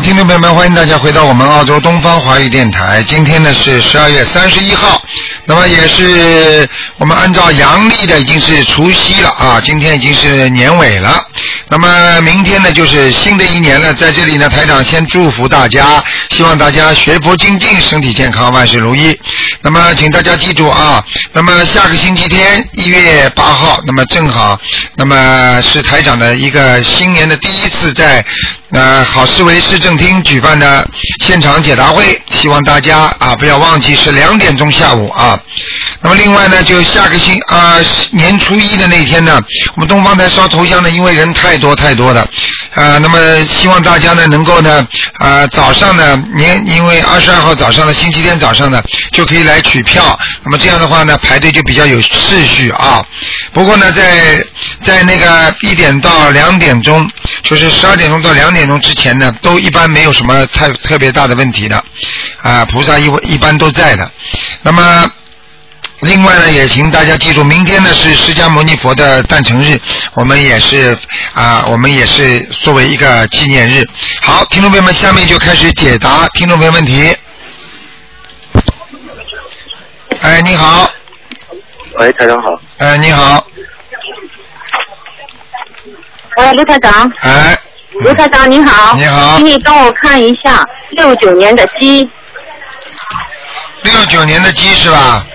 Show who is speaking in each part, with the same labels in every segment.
Speaker 1: 听众朋友们，欢迎大家回到我们澳洲东方华语电台。今天呢是十二月三十一号，那么也是我们按照阳历的已经是除夕了啊，今天已经是年尾了。那么明天呢就是新的一年了，在这里呢台长先祝福大家，希望大家学佛精进，身体健康，万事如意。那么请大家记住啊，那么下个星期天一月八号，那么正好，那么是台长的一个新年的第一次在。那好思维市政厅举办的现场解答会，希望大家啊不要忘记是两点钟下午啊。那么另外呢，就下个星啊、年初一的那天呢，我们东方台烧头香呢，因为人太多太多了，啊，那么希望大家呢能够呢啊早上呢年因为二十二号早上的星期天早上呢就可以来取票，那么这样的话呢排队就比较有秩序啊。不过呢，在在那个一点到两点钟，就是十二点钟到两点钟之前呢，都一般没有什么太特别大的问题的，啊，菩萨一一般都在的。那么。另外呢，也请大家记住，明天呢是释迦牟尼佛的诞辰日，我们也是啊、我们也是作为一个纪念日。好，听众朋友们，下面就开始解答听众朋友问题。哎，你好，
Speaker 2: 喂，台长好。
Speaker 1: 哎，你好，
Speaker 3: 喂，卢台长，
Speaker 1: 哎，
Speaker 3: 卢台长您好，
Speaker 1: 你好
Speaker 3: 请你帮我看一下六九年的鸡，
Speaker 1: 六九年的鸡是吧？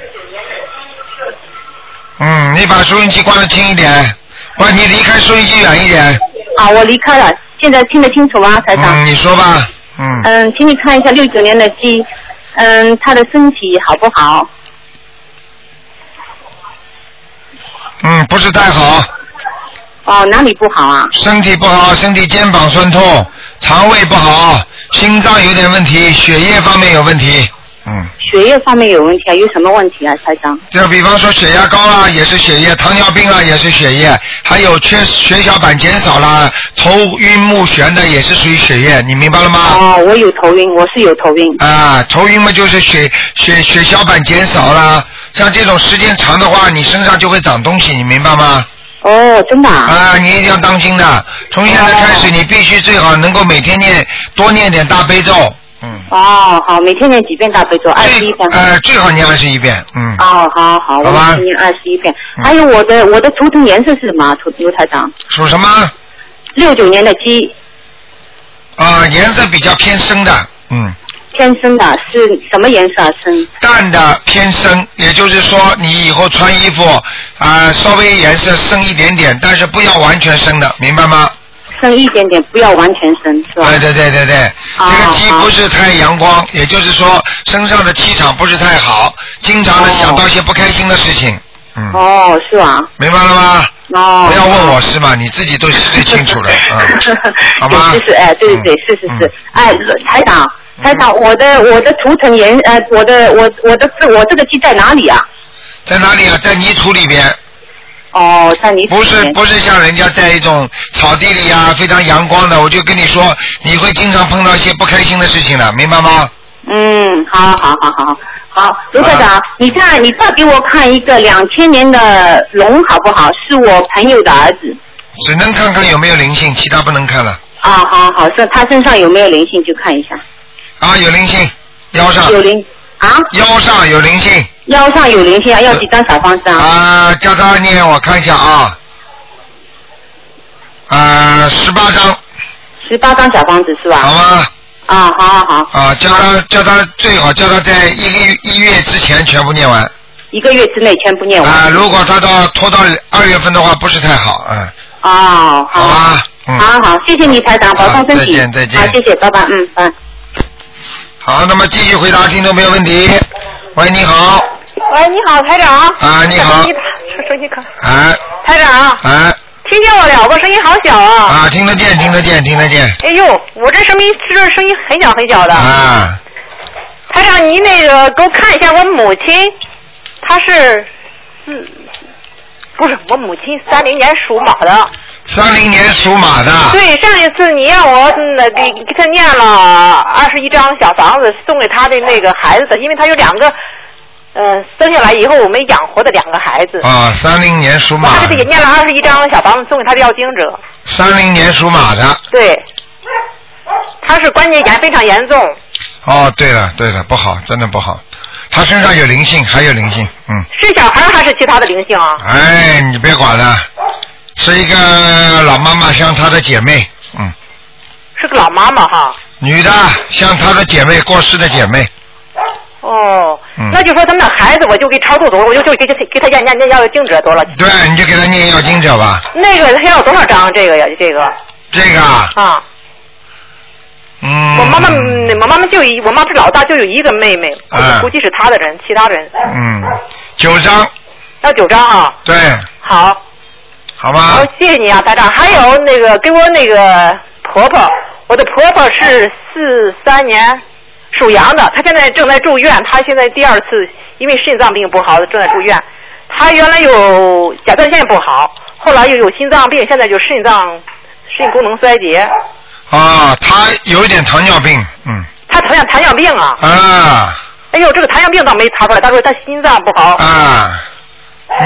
Speaker 1: 嗯，你把收音机关的轻一点，不，你离开收音机远一点。
Speaker 3: 啊，我离开了，现在听得清楚吗，台长？
Speaker 1: 嗯，你说吧。嗯，
Speaker 3: 嗯，请你看一下六九年的鸡，嗯，它的身体好不好？
Speaker 1: 嗯，不是太好，
Speaker 3: 哦，哪里不好啊？
Speaker 1: 身体不好，身体肩膀酸痛，肠胃不好，心脏有点问题，血液方面有问题。嗯，
Speaker 3: 血液方面有问题啊？有什么问题啊，台长？
Speaker 1: 就比方说血压高啦，也是血液；糖尿病啦，也是血液；还有缺血小板减少啦，头晕目眩的也是属于血液，你明白了吗？
Speaker 3: 哦，我有头晕，我是有头晕。
Speaker 1: 啊，头晕嘛就是血血血小板减少啦，像这种时间长的话，你身上就会长东西，你明白吗？
Speaker 3: 哦，真的啊？
Speaker 1: 啊，你一定要当心的。从现在开始，
Speaker 3: 哦
Speaker 1: 你必须最好能够每天念多念点大悲咒，嗯，
Speaker 3: 哦，好，每天念几遍大悲咒，二十一
Speaker 1: 最
Speaker 3: 遍。
Speaker 1: 呃最好念二十一遍，嗯，
Speaker 3: 哦，好好，我
Speaker 1: 好吧
Speaker 3: 每天念二十一遍。
Speaker 1: 嗯
Speaker 3: 还有我的我的图腾颜色是什么？图刘台长，
Speaker 1: 属什么？
Speaker 3: 六九年的鸡，
Speaker 1: 啊，颜色比较偏深的，嗯，
Speaker 3: 天生的啊是什么颜色啊？深
Speaker 1: 淡的偏深，也就是说你以后穿衣服啊、稍微颜色深一点点，但是不要完全深的，明白吗？
Speaker 3: 深一点点，不要完全深，是吧？
Speaker 1: 对对对对对，
Speaker 3: 哦
Speaker 1: 这个鸡不是太阳光，也就是说身上的气场不是太好，经常的
Speaker 3: 哦
Speaker 1: 想到一些不开心的事情，嗯，
Speaker 3: 哦，是吧？
Speaker 1: 明白了吗？
Speaker 3: 哦。，
Speaker 1: 不要问我是吗？你自己都最清楚了，嗯 好嗯吗？
Speaker 3: 对是是，哎，对对对，是是是，哎，台长，
Speaker 1: 嗯
Speaker 3: 台长，我的我的图腾颜，呃，我的我我的字，我这个鸡在哪里啊？
Speaker 1: 在哪里啊？在泥土里边，
Speaker 3: 哦，在你
Speaker 1: 不是不是像人家在一种草地里呀、非常阳光的。我就跟你说，你会经常碰到一些不开心的事情的，明白吗？
Speaker 3: 嗯，好好好好好，卢科长，
Speaker 1: 啊
Speaker 3: 你再你再给我看一个两千年的龙好不好？是我朋友的儿子
Speaker 1: 只能看看有没有灵性，其他不能看了。
Speaker 3: 啊，好好，是他身上有没有灵性就看一下，
Speaker 1: 啊，有灵性，腰上
Speaker 3: 有灵啊，
Speaker 1: 腰上有灵性。
Speaker 3: 腰上有灵性啊，要几张小方子啊？
Speaker 1: 呃啊，叫他念，我看一下啊。啊，十八章，
Speaker 3: 十八张小方子是吧？
Speaker 1: 好吗？
Speaker 3: 啊，好好好，
Speaker 1: 啊，叫他叫他最好叫他在一个月一月之前全部念完。
Speaker 3: 一个月之内全部念
Speaker 1: 啊，
Speaker 3: 完。
Speaker 1: 如果他到拖到二月份的话，不是太好，嗯，
Speaker 3: 哦，好，
Speaker 1: 好吧，嗯，
Speaker 3: 好好，谢谢你台长，保重身体。
Speaker 1: 啊好再见再见
Speaker 3: 好，谢谢，拜拜，嗯，拜。
Speaker 1: 好，那么继续回答听众朋友问题。喂，你好，
Speaker 4: 喂，你好，台长。
Speaker 1: 啊你好
Speaker 4: 手机打手机可。
Speaker 1: 哎
Speaker 4: 台长，
Speaker 1: 哎
Speaker 4: 听见我了吧？声音好小啊！
Speaker 1: 啊，听得见，听得见，听得见，
Speaker 4: 哎呦，我这声音是声音很小很小的。
Speaker 1: 啊，
Speaker 4: 台长，您那个给我看一下我母亲，她是，嗯，不是我母亲三零年属马的。
Speaker 1: 三零年属马的，
Speaker 4: 对，上一次你让我嗯那给给她念了二十一张小房子送给她的那个孩子的，因为她有两个，呃，生下来以后我们养活的两个孩子。
Speaker 1: 啊，三零年属
Speaker 4: 我
Speaker 1: 马
Speaker 4: 还，给也念了二十一张小房子送给他的要经者。
Speaker 1: 三零年属马的，
Speaker 4: 对，他是关节炎非常严重，
Speaker 1: 哦，对了对了，不好，真的不好。他身上有灵性，还有灵性，嗯。
Speaker 4: 是小孩还是其他的灵性啊？
Speaker 1: 哎，你别管了，是一个老妈妈像她的姐妹，嗯，
Speaker 4: 是个老妈妈哈。
Speaker 1: 女的像她的姐妹过世的姐妹，
Speaker 4: 哦，
Speaker 1: 嗯
Speaker 4: 那就说咱们的孩子，我就给超度多少，我就就给给给他念念念要经者多少？
Speaker 1: 对，你就给她念药经者吧。
Speaker 4: 那个他要多少张？这个呀，这个
Speaker 1: 这个啊，
Speaker 4: 啊，
Speaker 1: 嗯。
Speaker 4: 我妈妈，嗯我妈妈就一，我妈是老大，就有一个妹妹，
Speaker 1: 啊
Speaker 4: 估计是她的人，其他人
Speaker 1: 嗯，九张，
Speaker 4: 要九张啊。
Speaker 1: 对，
Speaker 4: 好，
Speaker 1: 好吧
Speaker 4: 好，，谢谢你啊，台长。还有那个给我那个婆婆，我的婆婆是四三年属羊的，她现在正在住院，她现在第二次因为肾脏病不好正在住院。她原来有甲状腺不好，后来又有心脏病，现在就肾脏肾功能衰竭。
Speaker 1: 啊，她有一点糖尿病，嗯，
Speaker 4: 她糖尿糖尿病啊，
Speaker 1: 啊
Speaker 4: 哎呦，这个糖尿病倒没查出来，她说她心脏不好。
Speaker 1: 啊，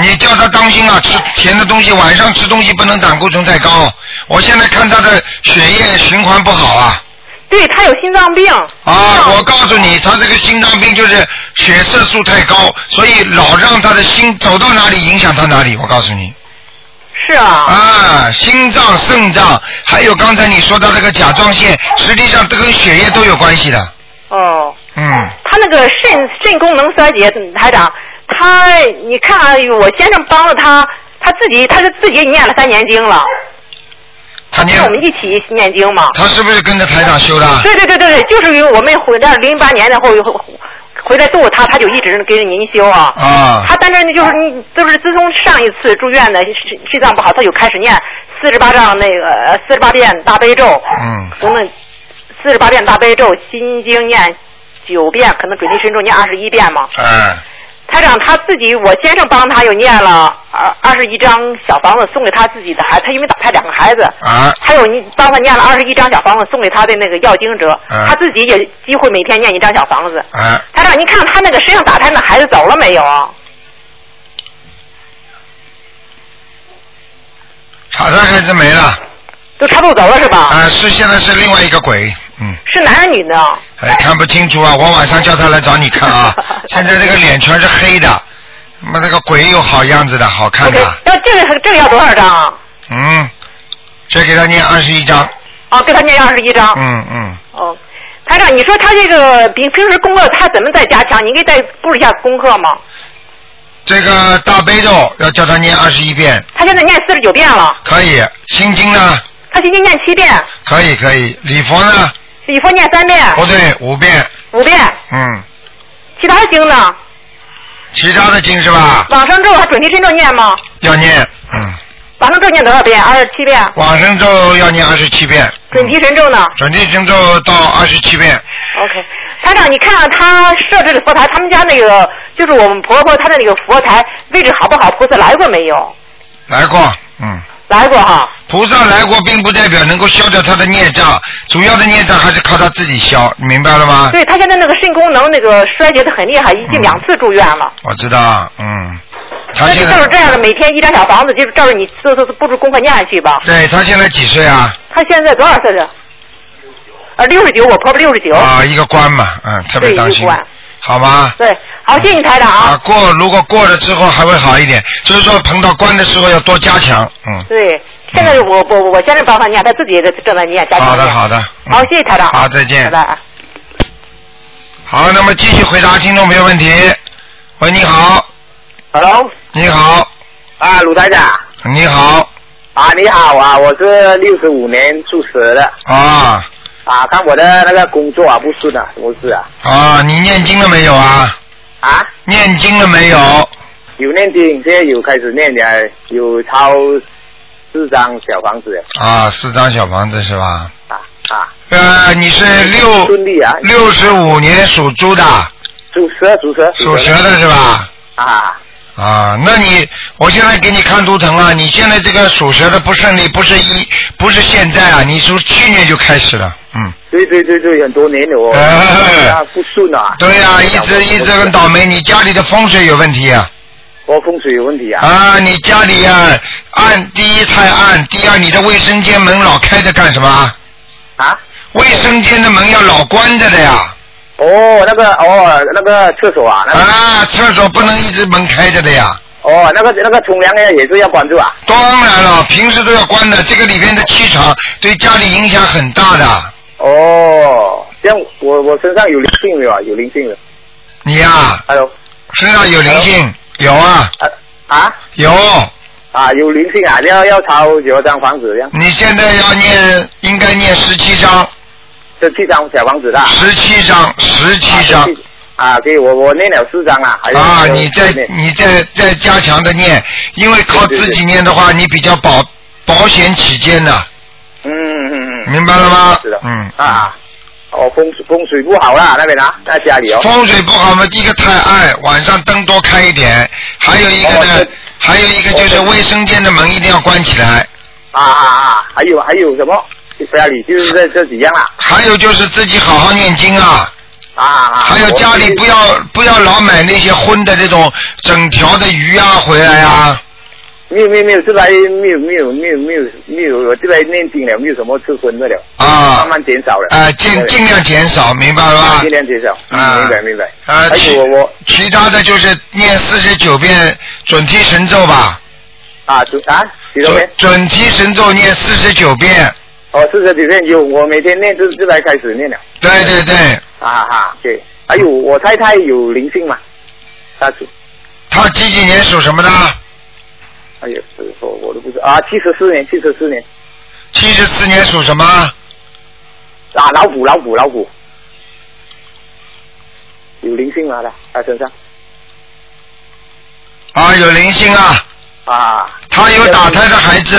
Speaker 1: 你叫她当心啊，
Speaker 4: 哎
Speaker 1: 吃甜的东西，晚上吃东西不能胆固醇太高。我现在看她的血液循环不好啊，
Speaker 4: 对，她有心脏病。
Speaker 1: 啊，我告诉你，她这个心脏病就是血色素太高，所以老让她的心走到哪里影响到哪里。我告诉你，
Speaker 4: 是啊。
Speaker 1: 啊，心脏、肾脏，还有刚才你说到这个甲状腺，实际上这跟血液都有关系的。
Speaker 4: 哦。
Speaker 1: 嗯，
Speaker 4: 他那个肾肾功能衰竭，嗯台长，他你看啊，我先生帮了他，他自己他是自己念了三年经了，
Speaker 1: 他念
Speaker 4: 跟我，们一起念经嘛。
Speaker 1: 他是不是跟着台长修的？
Speaker 4: 对对对对对，就是因为我们回到零八年的后回来度他，他就一直跟着您修啊。
Speaker 1: 啊
Speaker 4: 他但是呢就是你就是自从上一次住院的肾肾脏不好，他就开始念四十八章那个四十八遍大悲咒。
Speaker 1: 嗯
Speaker 4: 我们四十八遍大悲咒，心经念九遍，可能准提神咒念二十一遍嘛。
Speaker 1: 哎，
Speaker 4: 台长他自己，我先生帮他又念了二二十一张小房子送给他自己的孩子，他因为打胎两个孩子，
Speaker 1: 啊，
Speaker 4: 还有你帮他念了二十一张小房子送给他的那个药经者，
Speaker 1: 嗯
Speaker 4: 他自己也几乎每天念一张小房子。
Speaker 1: 哎，
Speaker 4: 台长，您看他那个身上打胎那孩子走了没有啊？
Speaker 1: 查查孩子没了，
Speaker 4: 都差不多走了是吧？
Speaker 1: 啊，是现在是另外一个鬼，嗯，
Speaker 4: 是男是女呢？
Speaker 1: 哎，看不清 楚啊，我晚上叫他来找你看啊，现在这个脸全是黑的，妈那个鬼有好样子的，好看
Speaker 4: OK，
Speaker 1: 的，
Speaker 4: 要这个这个要多少张啊？
Speaker 1: 嗯，再给他念二十一章，
Speaker 4: 啊，给他念二十一张。
Speaker 1: 嗯嗯，
Speaker 4: 哦，台长，你说他这个比平时功课他怎么再加强？您给再布置一下功课吗？
Speaker 1: 这个大悲咒要叫他念二十一遍，
Speaker 4: 他现在念四十九遍了，
Speaker 1: 可以，心经呢，
Speaker 4: 他今天念七遍，
Speaker 1: 可以可以，礼佛呢，
Speaker 4: 礼佛念三遍，
Speaker 1: 不哦对，五遍，
Speaker 4: 五遍，
Speaker 1: 嗯，
Speaker 4: 其他经呢？
Speaker 1: 其他的经是吧？
Speaker 4: 往生咒还准提神咒念吗？
Speaker 1: 要念，嗯。
Speaker 4: 往生咒念多少遍？二十七遍。
Speaker 1: 往生咒要念二十七遍，
Speaker 4: 准提神咒呢
Speaker 1: 准提神咒到二十七遍，
Speaker 4: ？OK，台长，你看看他设置的佛台，他们家那个就是我们婆婆她的那个佛台位置好不好？菩萨来过没有？
Speaker 1: 来过，嗯，
Speaker 4: 来过哈。
Speaker 1: 菩萨来过，并不代表能够消掉他的孽障，主要的孽障还是靠他自己消，你明白了吗？
Speaker 4: 对他现在那个肾功能那个衰竭的很厉害，已经
Speaker 1: 嗯
Speaker 4: 两次住院了。
Speaker 1: 我知道，嗯，他
Speaker 4: 那就
Speaker 1: 现
Speaker 4: 就是这
Speaker 1: 在，
Speaker 4: 样的，每天一张小房子，就是照着你这这布置功课念下去吧。
Speaker 1: 对他现在几岁啊？
Speaker 4: 他现在多少岁了？啊，六十九，我婆婆六十九。
Speaker 1: 啊，一个官嘛，嗯，特别
Speaker 4: 对
Speaker 1: 当
Speaker 4: 一
Speaker 1: 心
Speaker 4: 关，
Speaker 1: 好吗？
Speaker 4: 对，好，谢谢你台长
Speaker 1: 啊，
Speaker 4: 啊。
Speaker 1: 过如果过了之后还会好一点，就是说碰到关的时候要多加强，嗯，
Speaker 4: 对，现在我我我现在帮他念，他自己也正在念，家庭
Speaker 1: 好的
Speaker 4: 念
Speaker 1: 好的，嗯
Speaker 4: 好，谢谢台长。
Speaker 1: 好再见
Speaker 4: 拜拜啊。
Speaker 1: 好，那么继续回答听众朋友问题。喂，你好，
Speaker 2: Hello，
Speaker 1: 你好，
Speaker 2: 啊，鲁台长
Speaker 1: 你好，
Speaker 2: 啊，你好啊，我是六十五年属蛇的
Speaker 1: 啊
Speaker 2: 啊，看我的那个工作啊不顺啊，什么事啊？
Speaker 1: 啊，你念经了没有啊？
Speaker 2: 啊，
Speaker 1: 念经了没有？
Speaker 2: 有念经，现在有开始念了，有抄四张小房子
Speaker 1: 啊，四张小房子是吧？
Speaker 2: 啊啊，
Speaker 1: 呃，你是六
Speaker 2: 顺利啊，
Speaker 1: 六十五年属猪的，
Speaker 2: 属蛇属蛇
Speaker 1: 属蛇的是吧？
Speaker 2: 啊
Speaker 1: 啊，那你我现在给你看图腾啊，你现在这个属蛇的不顺利，不是一不是现在啊，你从去年就开始了，嗯，
Speaker 2: 对对对对，很多年了哦，
Speaker 1: 哎
Speaker 2: 啊不顺啊，
Speaker 1: 对呀、一直一直很倒霉，你家里的风水有问题啊。
Speaker 2: 我风水有问题啊，
Speaker 1: 啊，你家里啊，暗第一太暗，第二你的卫生间门老开着干什么啊？
Speaker 2: 啊
Speaker 1: 卫生间的门要老关着的呀，
Speaker 2: 哦，那个哦，那个厕所啊，那个、
Speaker 1: 啊，厕所不能一直门开着的呀。
Speaker 2: 哦，那个那个冲凉的也是要关注啊。
Speaker 1: 当然了，平时都要关的，这个里边的气场对家里影响很大的。
Speaker 2: 哦，这样我我身上有灵性没有啊？有灵性没有
Speaker 1: 你呀、
Speaker 2: ？Hello，
Speaker 1: 身上有灵性，有啊，
Speaker 2: 啊啊
Speaker 1: 有。
Speaker 2: 啊，有灵性啊，要要抄几多张房子这样？
Speaker 1: 你现在要念，应该念十七章，
Speaker 2: 这七张小房子的啊。
Speaker 1: 十七章，十七
Speaker 2: 啊
Speaker 1: 章
Speaker 2: 这。啊，给我我念了四张啊，还有
Speaker 1: 啊，
Speaker 2: 还有
Speaker 1: 你再
Speaker 2: 念
Speaker 1: 你再再加强的念，因为靠自己念的话，你比较保保险起见的，
Speaker 2: 嗯嗯嗯，
Speaker 1: 明白了吗
Speaker 2: 是的，？
Speaker 1: 嗯。
Speaker 2: 啊，哦，风水风水不好啦，那边啊，在家里哦，
Speaker 1: 风水不好嘛，第一个太暗，晚上灯多开一点，还有一个呢
Speaker 2: 哦，
Speaker 1: 还有一个就是卫生间的门一定要关起来，
Speaker 2: 啊啊啊，还有还有什么？家里就是这这几样啊啦，
Speaker 1: 还有就是自己好好念经啊，
Speaker 2: 啊啊，
Speaker 1: 还有家里不要不要老买那些荤的这种整条的鱼啊回来啊，
Speaker 2: 没有没有没有，这边没有没有没有没有没有，我这边念经了，没有什么吃荤的了，
Speaker 1: 啊
Speaker 2: 慢慢减少了，
Speaker 1: 啊尽尽量减少，明白了吧
Speaker 2: 尽？量减少，嗯
Speaker 1: 啊
Speaker 2: 明白明白，
Speaker 1: 啊，
Speaker 2: 还
Speaker 1: 其
Speaker 2: 有我我
Speaker 1: 其他的就是念四十九遍准提神咒吧，
Speaker 2: 啊准啊，几多遍
Speaker 1: 准？准提神咒念四十九遍，
Speaker 2: 哦，四十几遍有，我每天念就是这边开始念了。
Speaker 1: 对对对，
Speaker 2: 啊哈，对。还有我太太有灵性嘛？她是，
Speaker 1: 他几几年属什么的？
Speaker 2: 哎呦，这个我我都不知道啊，七十四年，七十四年
Speaker 1: 七十四年属什么？
Speaker 2: 啊，老虎，老虎，老虎，有灵性嘛的，她身上
Speaker 1: 啊，有灵性啊，
Speaker 2: 啊。
Speaker 1: 他有打胎的孩子，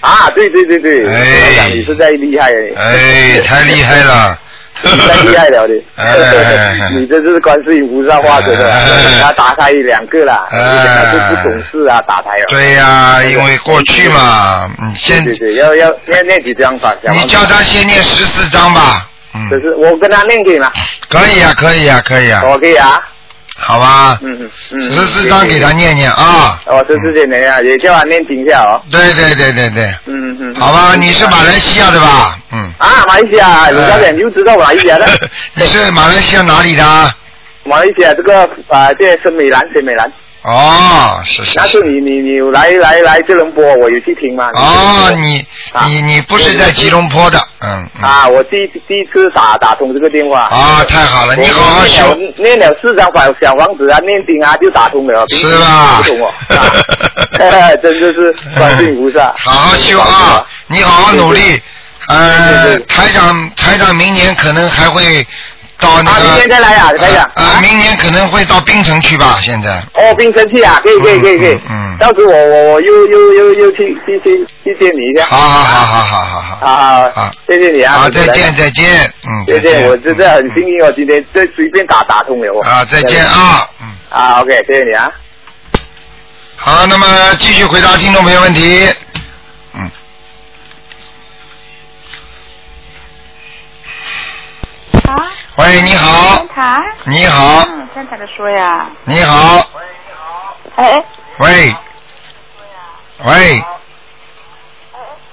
Speaker 2: 啊，对对对对，
Speaker 1: 哎
Speaker 2: 台长你实在厉害耶，
Speaker 1: 哎，太厉害了，
Speaker 2: 你太厉害了的
Speaker 1: 哎，
Speaker 2: 你这是观世音菩萨化身的
Speaker 1: 哎，
Speaker 2: 他打胎两个啦，
Speaker 1: 哎
Speaker 2: 他就不懂事啊，打胎了。
Speaker 1: 对呀、因为过去嘛，嗯，
Speaker 2: 对
Speaker 1: 先
Speaker 2: 对对，要要要念几张法，小
Speaker 1: 你
Speaker 2: 王子
Speaker 1: 叫他先念十四章吧，嗯
Speaker 2: 可，是我跟他念给嘛，
Speaker 1: 可以啊，可以啊，可以啊，
Speaker 2: 我可以 啊，
Speaker 1: 好吧，
Speaker 2: 嗯嗯嗯，
Speaker 1: 十四章给他念念啊，
Speaker 2: 哦，十四点的啊，也叫他念经一下哦，
Speaker 1: 对对对对对，
Speaker 2: 嗯嗯，
Speaker 1: 好吧，你是马来西亚的吧？嗯，
Speaker 2: 啊，马来西亚，
Speaker 1: 哎
Speaker 2: 你早点就知道马来西亚的，
Speaker 1: 你是马来西亚哪里的啊？
Speaker 2: 马来西亚这个啊，这森美兰，森美兰，
Speaker 1: 哦，是是
Speaker 2: 那
Speaker 1: 是
Speaker 2: 是。你你你有来来来吉隆坡，我有去听嘛，
Speaker 1: 哦，你
Speaker 2: 啊
Speaker 1: 你你不是在吉隆坡的，嗯嗯。
Speaker 2: 啊，我第一第一次打打通这个电话，
Speaker 1: 啊，太好了，你好好
Speaker 2: 我
Speaker 1: 修，
Speaker 2: 念了念了四张小小王子啊，念经啊，就打通了。平时
Speaker 1: 是吧
Speaker 2: 不懂哦， 啊真的是观世音菩萨。
Speaker 1: 好好修啊！你好好努力。
Speaker 2: 对
Speaker 1: 呃
Speaker 2: 对，对
Speaker 1: 台长，台长明年可能还会到那
Speaker 2: 啊，明天
Speaker 1: 个
Speaker 2: 再来啊，台长。
Speaker 1: 呃，明年可能会到槟城去吧？现在
Speaker 2: 哦，冰城去啊，可以可以可以可以
Speaker 1: 嗯。嗯嗯
Speaker 2: 到时我我我又又又又去去去去见你一下。
Speaker 1: 好好好好好好好，
Speaker 2: 啊，
Speaker 1: 好
Speaker 2: 谢谢你啊。
Speaker 1: 好，
Speaker 2: 谢谢台
Speaker 1: 再
Speaker 2: 长
Speaker 1: 见。再见，嗯，
Speaker 2: 谢
Speaker 1: 再
Speaker 2: 谢，
Speaker 1: 见，
Speaker 2: 我真的很幸运哦，今天这随便打打通了哦。
Speaker 1: 啊，再见啊，嗯，
Speaker 2: 啊，OK，谢谢你啊。
Speaker 1: 好，那么继续回答听众朋友问题，嗯，
Speaker 5: 啊，
Speaker 1: 喂，哎你好
Speaker 5: 三，台。
Speaker 1: 你好，
Speaker 5: 嗯，三台的说呀。
Speaker 1: 你好，
Speaker 5: 哎，
Speaker 1: 喂，喂，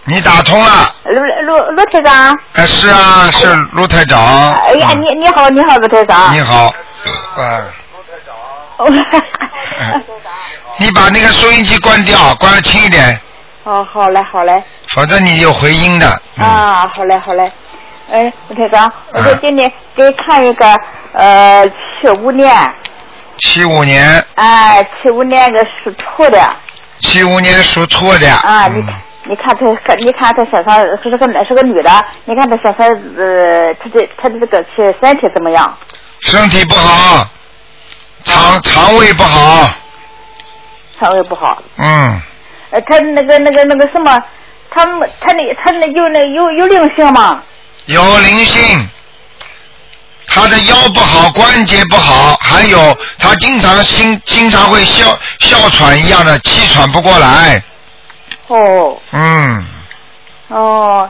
Speaker 1: 你打通了？
Speaker 5: 陆陆陆台长。
Speaker 1: 哎，是啊，是卢台长。
Speaker 5: 哎呀，
Speaker 1: 嗯
Speaker 5: 你你好，你好，陆台
Speaker 2: 啊
Speaker 5: 长。哦
Speaker 1: 你好，嗯，嗯 你把那个收音机关掉，关的轻一点，
Speaker 5: 哦，好嘞，好嘞。
Speaker 1: 否则你有回音的。嗯，
Speaker 5: 啊，好嘞，好嘞。哎，陆台长，我
Speaker 1: 嗯
Speaker 5: 再给你给你看一个呃，七五年，
Speaker 1: 七五年，
Speaker 5: 哎，七五年个属兔的，
Speaker 1: 七五年属兔的。
Speaker 5: 啊，你
Speaker 1: 嗯
Speaker 5: 看。你看他，你看他身上是个是个女的，你看他身上呃，他的他的这个身身体怎么样？
Speaker 1: 身体不好，肠肠胃不好，
Speaker 5: 肠胃不好。
Speaker 1: 嗯，
Speaker 5: 呃，他那个那个那个什么，他们他那他那有那有有灵性吗？
Speaker 1: 有灵性。他的腰不好，关节不好，还有他经常心经常会哮哮喘一样的，气喘不过来。
Speaker 5: 哦
Speaker 1: 嗯，
Speaker 5: 哦，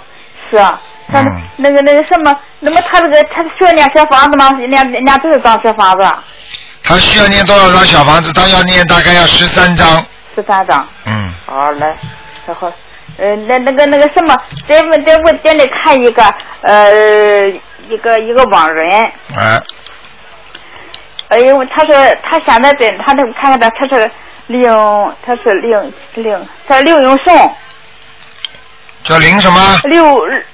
Speaker 5: 是啊，他那
Speaker 1: 嗯
Speaker 5: 那个那个什么，那么他那个他需要念小房子吗？念念多少张小房子啊？
Speaker 1: 他需要念多少张小房子？他要念大概要十三张。
Speaker 5: 十三张。
Speaker 1: 嗯，
Speaker 5: 好嘞，然后呃，那那个那个什么，再问再问店里看一个呃一个一个网人，
Speaker 1: 哎，
Speaker 5: 哎呦，他说他现在在他那个看看他，他是利用他是利用利用他利用送
Speaker 1: 叫林什么？
Speaker 5: 刘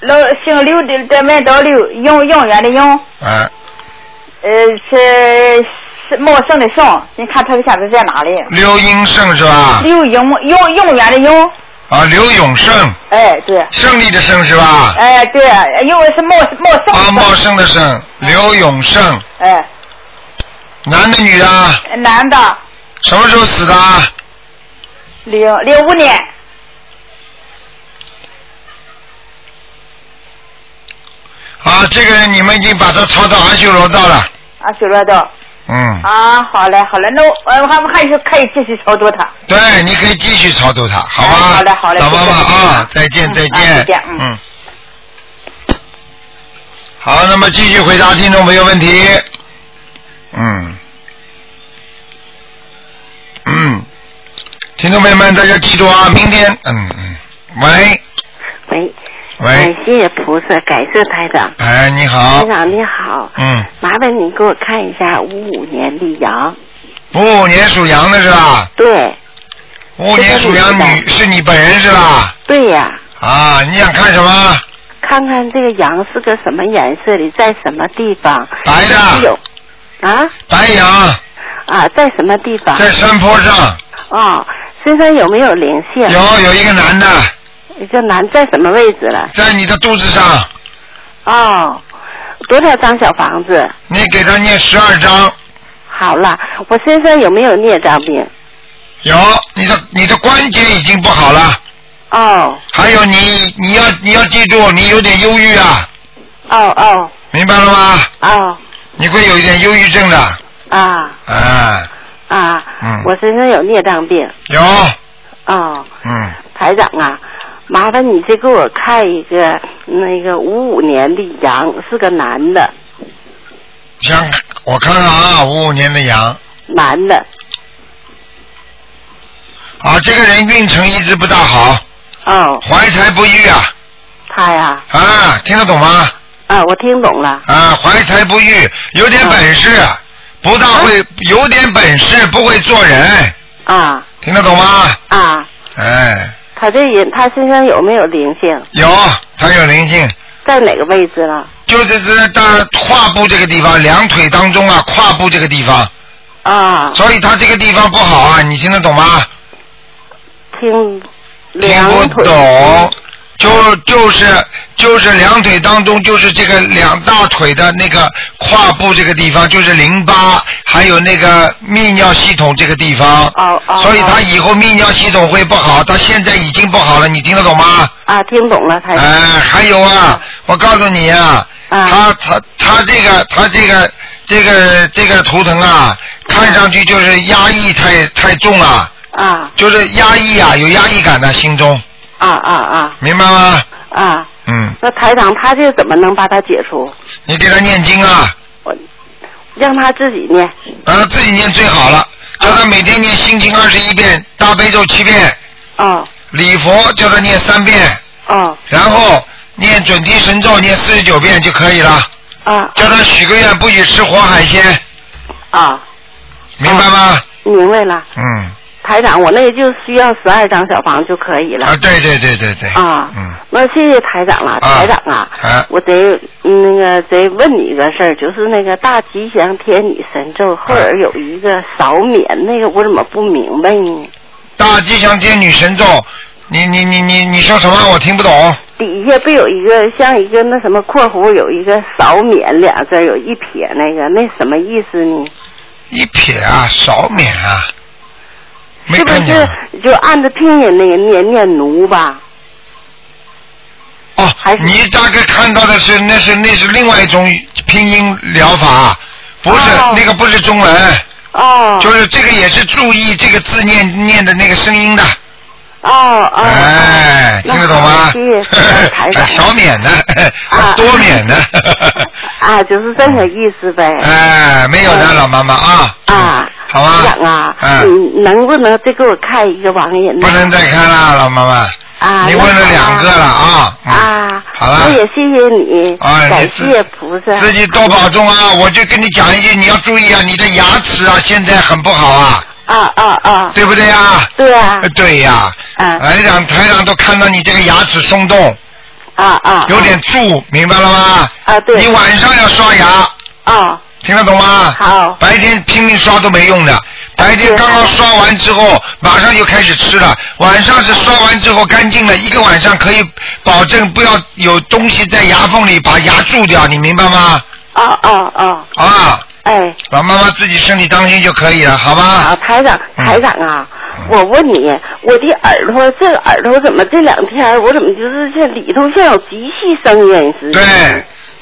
Speaker 5: 老姓刘的在门道刘，永永远的永，
Speaker 1: 哎，
Speaker 5: 呃是是茂盛的盛，你看他现在在哪里？
Speaker 1: 刘英胜是吧？
Speaker 5: 刘永永永远的永，
Speaker 1: 啊，刘永胜，
Speaker 5: 哎对，
Speaker 1: 胜利的胜是吧？
Speaker 5: 哎对，因为是茂茂盛的
Speaker 1: 啊，
Speaker 5: 盛
Speaker 1: 茂盛的盛，刘永胜，
Speaker 5: 哎，
Speaker 1: 男的女的啊？
Speaker 5: 男的，
Speaker 1: 什么时候死的啊？
Speaker 5: 零零五年，
Speaker 1: 啊，这个人你们已经把他抄到阿修罗道了，
Speaker 5: 啊，修罗道。
Speaker 1: 嗯，
Speaker 5: 啊，好嘞，好嘞，那我呃我还还是可以继续操作他。
Speaker 1: 对，你可以继续操作他，好吧？
Speaker 5: 哎好嘞好嘞
Speaker 1: 老妈妈
Speaker 5: 谢谢
Speaker 1: 啊，再见
Speaker 5: 嗯
Speaker 1: 再
Speaker 5: 啊
Speaker 1: 见
Speaker 5: 再见，嗯
Speaker 1: 嗯。好，那么继续回答听众朋友问题。嗯，嗯，听众朋友们，大家记住啊，明天，嗯嗯，喂
Speaker 6: 喂，
Speaker 1: 喂，
Speaker 6: 感哎谢菩萨，感谢台长。
Speaker 1: 哎，你好
Speaker 6: 台，长你好，
Speaker 1: 嗯，
Speaker 6: 麻烦你给我看一下五五年的羊。
Speaker 1: 五五年属羊的是吧？
Speaker 6: 对，
Speaker 1: 五五年属羊女是你本人是吧？
Speaker 6: 对呀、
Speaker 1: 啊，你想看什么？
Speaker 6: 看看这个羊是个什么颜色的，在什么地方？
Speaker 1: 白的
Speaker 6: 是有啊
Speaker 1: 白羊
Speaker 6: 啊，在什么地方？
Speaker 1: 在山坡上，
Speaker 6: 哦，身上有没有灵性？
Speaker 1: 有有一个男的
Speaker 6: 一个男在什么位置了？
Speaker 1: 在你的肚子上，
Speaker 6: 哦，多少张小房子？
Speaker 1: 你给他念十二章，
Speaker 6: 好了，我身上有没有孽障病？
Speaker 1: 有你的你的关节已经不好了，
Speaker 6: 哦
Speaker 1: 还有你你要你要记住，你有点忧郁啊，
Speaker 6: 哦哦
Speaker 1: 明白了吗？
Speaker 6: 哦
Speaker 1: 你会有一点忧郁症的，
Speaker 6: 啊
Speaker 1: 啊，
Speaker 6: 啊！
Speaker 1: 嗯
Speaker 6: 我身上有孽障病。
Speaker 1: 有，
Speaker 6: 哦，
Speaker 1: 嗯，
Speaker 6: 台长啊，麻烦你再给我看一个那个五五年的羊，是个男的，
Speaker 1: 想我看看啊，五五年的羊
Speaker 6: 男的。
Speaker 1: 啊，这个人运程一直不大好，
Speaker 6: 哦，
Speaker 1: 怀才不遇啊，
Speaker 6: 他呀，
Speaker 1: 啊，听得懂吗？
Speaker 6: 啊，我听懂了。
Speaker 1: 啊，怀才不遇，有点本事，不大会，有点本事，不会做人，
Speaker 6: 啊
Speaker 1: 听得懂吗？
Speaker 6: 啊，
Speaker 1: 哎，
Speaker 6: 他这人他身上有没有灵性？
Speaker 1: 有，他有灵性，
Speaker 6: 在哪个位置了？
Speaker 1: 就是在大胯部这个地方，两腿当中啊，胯部这个地方，
Speaker 6: 啊，
Speaker 1: 所以他这个地方不好啊，你听得懂吗？
Speaker 6: 听
Speaker 1: 听
Speaker 6: 两
Speaker 1: 不
Speaker 6: 腿
Speaker 1: 懂，就就是就是两腿当中，就是这个两大腿的那个胯部这个地方，就是淋巴，还有那个泌尿系统这个地方。
Speaker 6: 哦哦
Speaker 1: 所以他以后泌尿系统会不好，他现在已经不好了，你听得懂吗？
Speaker 6: 啊，听懂了，台
Speaker 1: 哎、
Speaker 6: 长。
Speaker 1: 还有啊，我告诉你啊，
Speaker 6: 啊
Speaker 1: 他他他这个他这个这个这个图腾啊，看上去就是压抑太太重了，
Speaker 6: 啊
Speaker 1: 就是压抑啊，有压抑感的心中。
Speaker 6: 啊啊
Speaker 1: 明白吗？
Speaker 6: 啊啊！
Speaker 1: 嗯，
Speaker 6: 那台长他这怎么能把他解除？
Speaker 1: 你给他念经啊，
Speaker 6: 我让他自己念。
Speaker 1: 让啊他自己念最好了，叫他每天念心经二十一遍，大悲咒七遍，
Speaker 6: 哦
Speaker 1: 礼佛叫他念三遍，
Speaker 6: 哦
Speaker 1: 然后念准提神咒念四十九遍就可以了。
Speaker 6: 啊
Speaker 1: 叫他许个愿，不许吃活海鲜，
Speaker 6: 啊！
Speaker 1: 明白吗？
Speaker 6: 明白了，
Speaker 1: 嗯，
Speaker 6: 台长，我那就需要十二张小房就可以了
Speaker 1: 啊，。对对对对对。
Speaker 6: 啊，
Speaker 1: 嗯，
Speaker 6: 那谢谢台长了，台长啊，
Speaker 1: 啊
Speaker 6: 我得嗯那个得问你一个事儿，就是那个大吉祥天女神咒
Speaker 1: 啊
Speaker 6: 后边有一个扫免，那个我怎么不明白呢？
Speaker 1: 大吉祥天女神咒，你你你你你说什么？我听不懂。
Speaker 6: 底下不有一个像一个那什么括弧有一个扫免俩字儿，有一撇那个，那什么意思呢？
Speaker 1: 一撇啊，少免啊，没
Speaker 6: 是不
Speaker 1: 看见啊。
Speaker 6: 是就按着拼音那个念念奴吧？
Speaker 1: 哦
Speaker 6: 还，是
Speaker 1: 你大概看到的是那是那是另外一种拼音疗法，不是、
Speaker 6: 哦
Speaker 1: 那个不是中文，
Speaker 6: 哦
Speaker 1: 就是这个也是注意这个字念念的那个声音的。
Speaker 6: 哦哦，
Speaker 1: 哎，
Speaker 6: 那
Speaker 1: 听得懂吗。
Speaker 6: 好谢谢台？长
Speaker 1: 少免的，
Speaker 6: 啊
Speaker 1: 多免的。
Speaker 6: 啊，就是这个意思呗。
Speaker 1: 哎，没有的，老妈妈啊。
Speaker 6: 啊，
Speaker 1: 好吧
Speaker 6: 台长啊，
Speaker 1: 嗯
Speaker 6: 你能不能再给我看一个亡人呢？
Speaker 1: 不能再看了，老妈妈。
Speaker 6: 啊，
Speaker 1: 你问了两个了啊。
Speaker 6: 那好啊，啊
Speaker 1: 好了
Speaker 6: 我也谢谢你，
Speaker 1: 啊，你
Speaker 6: 感
Speaker 1: 自
Speaker 6: 谢菩萨。
Speaker 1: 自己多保重啊！我就跟你讲一句，你要注意啊，你的牙齿啊现在很不好啊，
Speaker 6: 啊啊啊，
Speaker 1: 对不对啊？
Speaker 6: 对啊
Speaker 1: 呃对呀、
Speaker 6: 嗯
Speaker 1: 台长台长都看到你这个牙齿松动，
Speaker 6: 啊啊，
Speaker 1: 有点蛀，明白了吗？
Speaker 6: 啊对
Speaker 1: 你晚上要刷牙，
Speaker 6: 啊
Speaker 1: 听得懂吗？
Speaker 6: 好
Speaker 1: 白天拼命刷都没用的，白天刚刚刷完之后，马上就开始吃了。晚上是刷完之后干净了，一个晚上可以保证不要有东西在牙缝里把牙蛀掉，你明白吗？
Speaker 6: 啊啊啊，
Speaker 1: 啊，
Speaker 6: 哎。
Speaker 1: 老妈妈自己身体当心就可以了，好
Speaker 6: 啊，
Speaker 1: 吧？
Speaker 6: 台长，
Speaker 1: 嗯
Speaker 6: 台长啊，
Speaker 1: 嗯
Speaker 6: 我问你，我的耳朵，这个耳朵怎么这两天我怎么就是这里头像有机器声音啊似的？
Speaker 1: 对，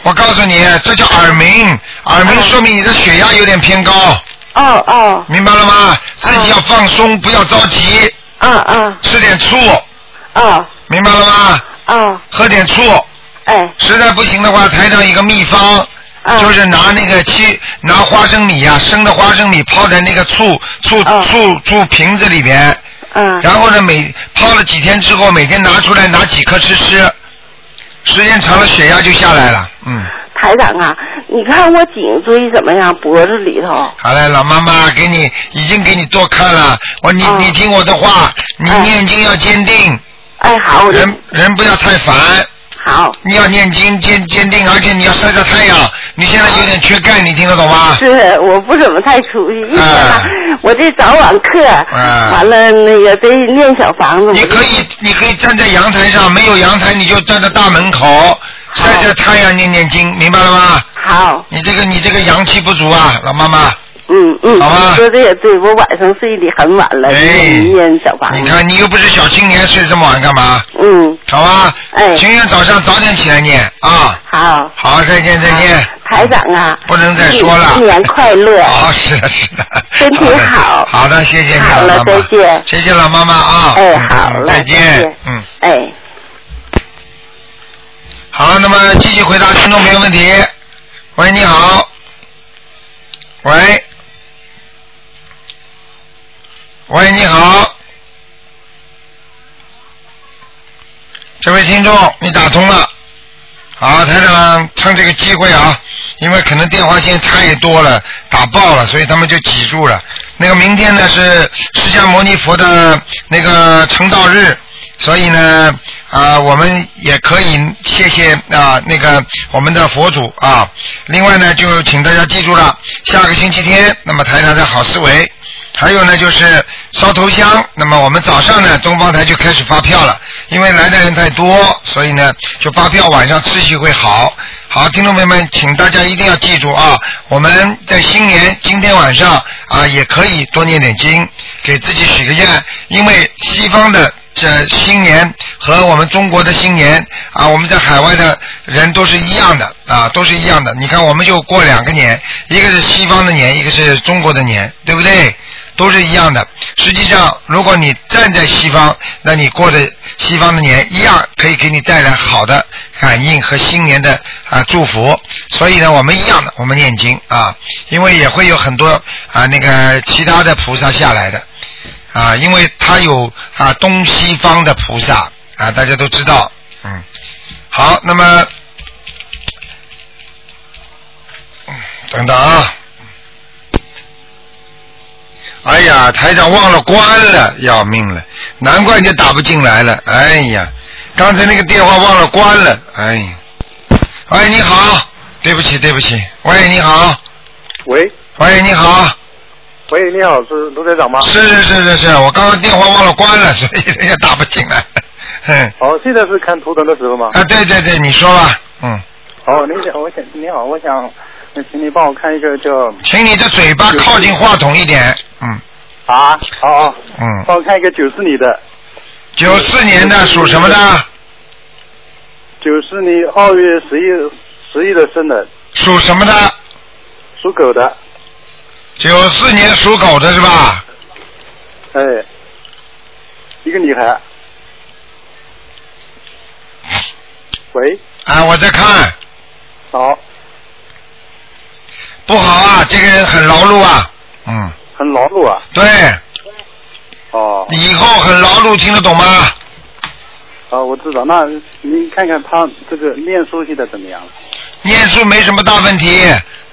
Speaker 1: 我告诉你，这叫耳鸣，耳鸣说明你的血压有点偏高，
Speaker 6: 哦哦，
Speaker 1: 明白了吗？自己要放松，不要着急，
Speaker 6: 啊啊
Speaker 1: 吃点醋，
Speaker 6: 啊
Speaker 1: 明白了吗？
Speaker 6: 啊，
Speaker 1: 喝点醋，
Speaker 6: 哎
Speaker 1: 实在不行的话，台上一个秘方。
Speaker 6: 啊，
Speaker 1: 就是拿那个七拿花生米呀、生的花生米泡在那个醋醋
Speaker 6: 嗯
Speaker 1: 醋醋瓶子里边，
Speaker 6: 嗯
Speaker 1: 然后呢，每泡了几天之后，每天拿出来拿几颗吃吃，时间长了血压就下来了。嗯，
Speaker 6: 台长啊，你看我颈椎怎么样？脖子里头
Speaker 1: 好嘞，老妈妈给你已经给你多看了，我你、
Speaker 6: 嗯
Speaker 1: 你听我的话，你
Speaker 6: 嗯
Speaker 1: 念经要坚定，
Speaker 6: 哎好，我就
Speaker 1: 人人不要太烦，
Speaker 6: 好
Speaker 1: 你要念经坚坚定，而且你要晒晒太阳。你现在有点缺钙，你听得懂吗？
Speaker 6: 是我不怎么太出去，一天吧
Speaker 1: 哎，
Speaker 6: 我这早晚课，
Speaker 1: 哎
Speaker 6: 完了那个这念小房子，我
Speaker 1: 你
Speaker 6: 就
Speaker 1: 可以，你可以站在阳台上，没有阳台你就站在大门口晒晒太阳，念念经，明白了吗？
Speaker 6: 好，
Speaker 1: 你这个你这个阳气不足啊，老妈妈。
Speaker 6: 嗯嗯，
Speaker 1: 好吧
Speaker 6: 你说的也对，我晚上睡得很晚了，
Speaker 1: 哎
Speaker 6: 一人小房
Speaker 1: 你
Speaker 6: 子，
Speaker 1: 看你又不是小青年，睡这么晚干嘛？
Speaker 6: 嗯，
Speaker 1: 好吧，
Speaker 6: 哎
Speaker 1: 情愿早上早点起来念啊。
Speaker 6: 好，
Speaker 1: 好，再见再见。
Speaker 6: 台长啊，
Speaker 1: 不能再说了。
Speaker 6: 新年快乐，
Speaker 1: 好，是的，是的。
Speaker 6: 身体
Speaker 1: 好的
Speaker 6: 好
Speaker 1: 好的，谢谢你，
Speaker 6: 好
Speaker 1: 老
Speaker 6: 了
Speaker 1: 妈妈
Speaker 6: 再见
Speaker 1: 谢谢老妈妈啊。
Speaker 6: 哎
Speaker 1: 嗯
Speaker 6: 好了
Speaker 1: 再
Speaker 6: 再
Speaker 1: 见
Speaker 6: 见。
Speaker 1: 嗯，
Speaker 6: 哎，
Speaker 1: 好，那么继续回答听众朋友问题。喂，你好。喂。喂，你好。这位听众，你打通了。好，台长趁这个机会啊，因为可能电话线太多了，打爆了，所以他们就挤住了。那个明天呢是释迦牟尼佛的那个成道日，所以呢啊、我们也可以谢谢啊、那个我们的佛祖啊。另外呢，就请大家记住了，下个星期天，那么台长在好思维。还有呢，就是烧头香。那么我们早上呢，东方台就开始发票了，因为来的人太多，所以呢，就发票晚上秩序会好。好，听众朋友们，请大家一定要记住啊，我们在新年今天晚上啊，也可以多念点经，给自己许个愿，因为西方的这新年和我们中国的新年啊，我们在海外的人都是一样的啊，都是一样的。你看，我们就过两个年，一个是西方的年，一个是中国的年，对不对？都是一样的。实际上，如果你站在西方，那你过着西方的年，一样可以给你带来好的感应和新年的啊祝福。所以呢，我们一样的，我们念经啊，因为也会有很多啊那个其他的菩萨下来的啊，因为他有啊东西方的菩萨啊，大家都知道，嗯。好，那么嗯等等啊。哎呀，台长忘了关了，要命了！难怪你就打不进来了。哎呀，刚才那个电话忘了关了。哎呀，喂，你好，对不起，对不起。喂，你好，
Speaker 2: 喂
Speaker 1: 喂，你好，
Speaker 2: 喂，你好，是卢队长吗？
Speaker 1: 是是是是是，我刚刚电话忘了关了，所 以人家打不进来。 哼，
Speaker 2: 哦，现在是看图腾的时候吗？
Speaker 1: 啊，对对对，你说吧，嗯，
Speaker 2: 哦，你想，我想，你好，我想，请你帮我看一个叫
Speaker 1: 请你的嘴巴靠近话筒一点，嗯
Speaker 2: 啊，哦哦，
Speaker 1: 嗯，
Speaker 2: 帮我看一个九四年的，
Speaker 1: 九四年的属什么的？
Speaker 2: 九四年二月十一十一的生的，
Speaker 1: 属什么的？
Speaker 2: 属狗的，
Speaker 1: 九四年属狗的是吧？
Speaker 2: 哎，一个女孩。喂，
Speaker 1: 啊，我在看。
Speaker 2: 好，
Speaker 1: 不好啊，这个人很劳碌啊。嗯，
Speaker 2: 很劳碌啊，
Speaker 1: 对，
Speaker 2: 哦，
Speaker 1: 以后很劳碌，听得懂吗？
Speaker 7: 啊，我知道。那您看看他这个念书现在怎么样了？
Speaker 1: 念书没什么大问题。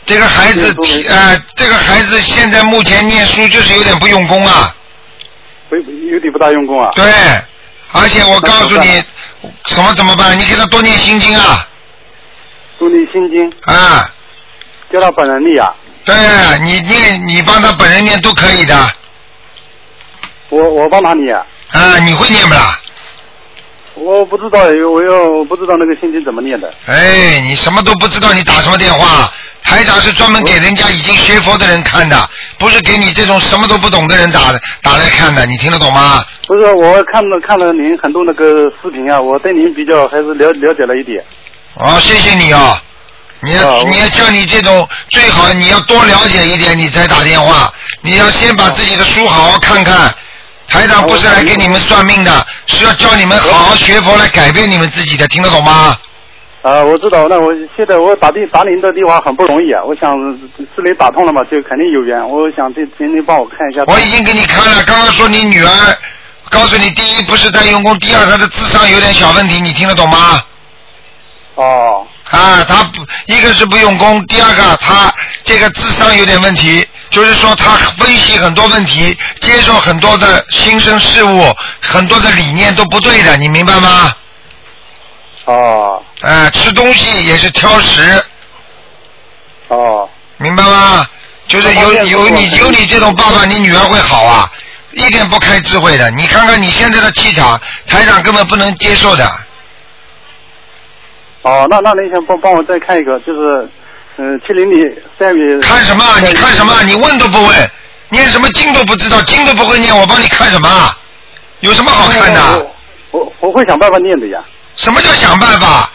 Speaker 1: 这个孩子
Speaker 7: 念书没，
Speaker 1: 呃，这个孩子现在目前念书就是有点不用功啊。
Speaker 7: 不，有点不大用功啊。
Speaker 1: 对，而且我告诉你，什么怎么办？你给他多念心经啊
Speaker 7: 多念心经，
Speaker 1: 啊！
Speaker 7: 教他本能力啊。
Speaker 1: 对你念，你帮他本人念都可以的
Speaker 7: 我我帮他念啊，
Speaker 1: 啊！你会念不啦？
Speaker 7: 我不知道，我又不知道那个心经怎么念的。
Speaker 1: 哎，你什么都不知道，你打什么电话？台长是专门给人家已经学佛的人看的，不是给你这种什么都不懂的人打打来看的，你听得懂吗？
Speaker 7: 不是，我看了看了您很多那个视频啊，我对您比较还是了了解了一点。
Speaker 1: 哦，谢谢你哦。你要、
Speaker 7: 啊我
Speaker 1: 你要叫你这种最好你要多了解一点，你再打电话。你要先把自己的书好好看看。台长不是来给你们算命
Speaker 7: 啊
Speaker 1: 的，是要教你们好好学佛来改变你们自己的，听得懂吗？
Speaker 7: 啊，我知道，那我现在我打电打您的电话很不容易啊，我想是您打通了嘛，就肯定有缘。我想这请您帮我看一下。
Speaker 1: 我已经给你看了，刚刚说你女儿，告诉你第一不是在用功，第二她的智商有点小问题，你听得懂吗？
Speaker 7: 哦，
Speaker 1: 啊，她不一个是不用功，第二个她这个智商有点问题，就是说她分析很多问题，接受很多的新生事物，很多的理念都不对的，你明白吗？
Speaker 7: 哦，
Speaker 1: 啊，吃东西也是挑食，
Speaker 7: 哦，
Speaker 1: 明白吗？就是有有你有你这种爸爸，你女儿会好啊，一点不开智慧的。你看看你现在的气场，台长根本不能接受的。
Speaker 7: 哦，那那您想帮帮我再看一个，就是，嗯、七零年三月。哦
Speaker 1: 看什么？你看什么？你问都不问，念什么经都不知道，经都不会念，我帮你看什么？啊有什么好看的？啊
Speaker 7: 哎我？我我会想办法念的呀。
Speaker 1: 什么叫想办法？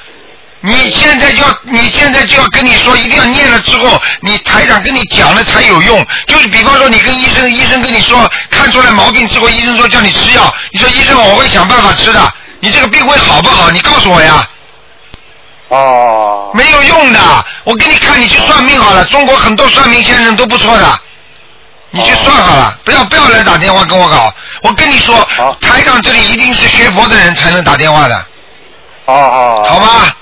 Speaker 1: 你现在就要，你现在就要跟你说，一定要念了之后，你台长跟你讲了才有用。就是比方说，你跟医生，医生跟你说看出来毛病之后，医生说叫你吃药，你说医生我会想办法吃的，你这个病会好不好？你告诉我呀，
Speaker 7: 哦，
Speaker 1: 没有用的。我给你看，你去算命好了，中国很多算命先生都不错的，你去算好了，不要不要来打电话跟我搞。我跟你说
Speaker 7: 哦好，
Speaker 1: 台长这里一定是学佛的人才能打电话的，
Speaker 7: 哦哦。
Speaker 1: 好吧？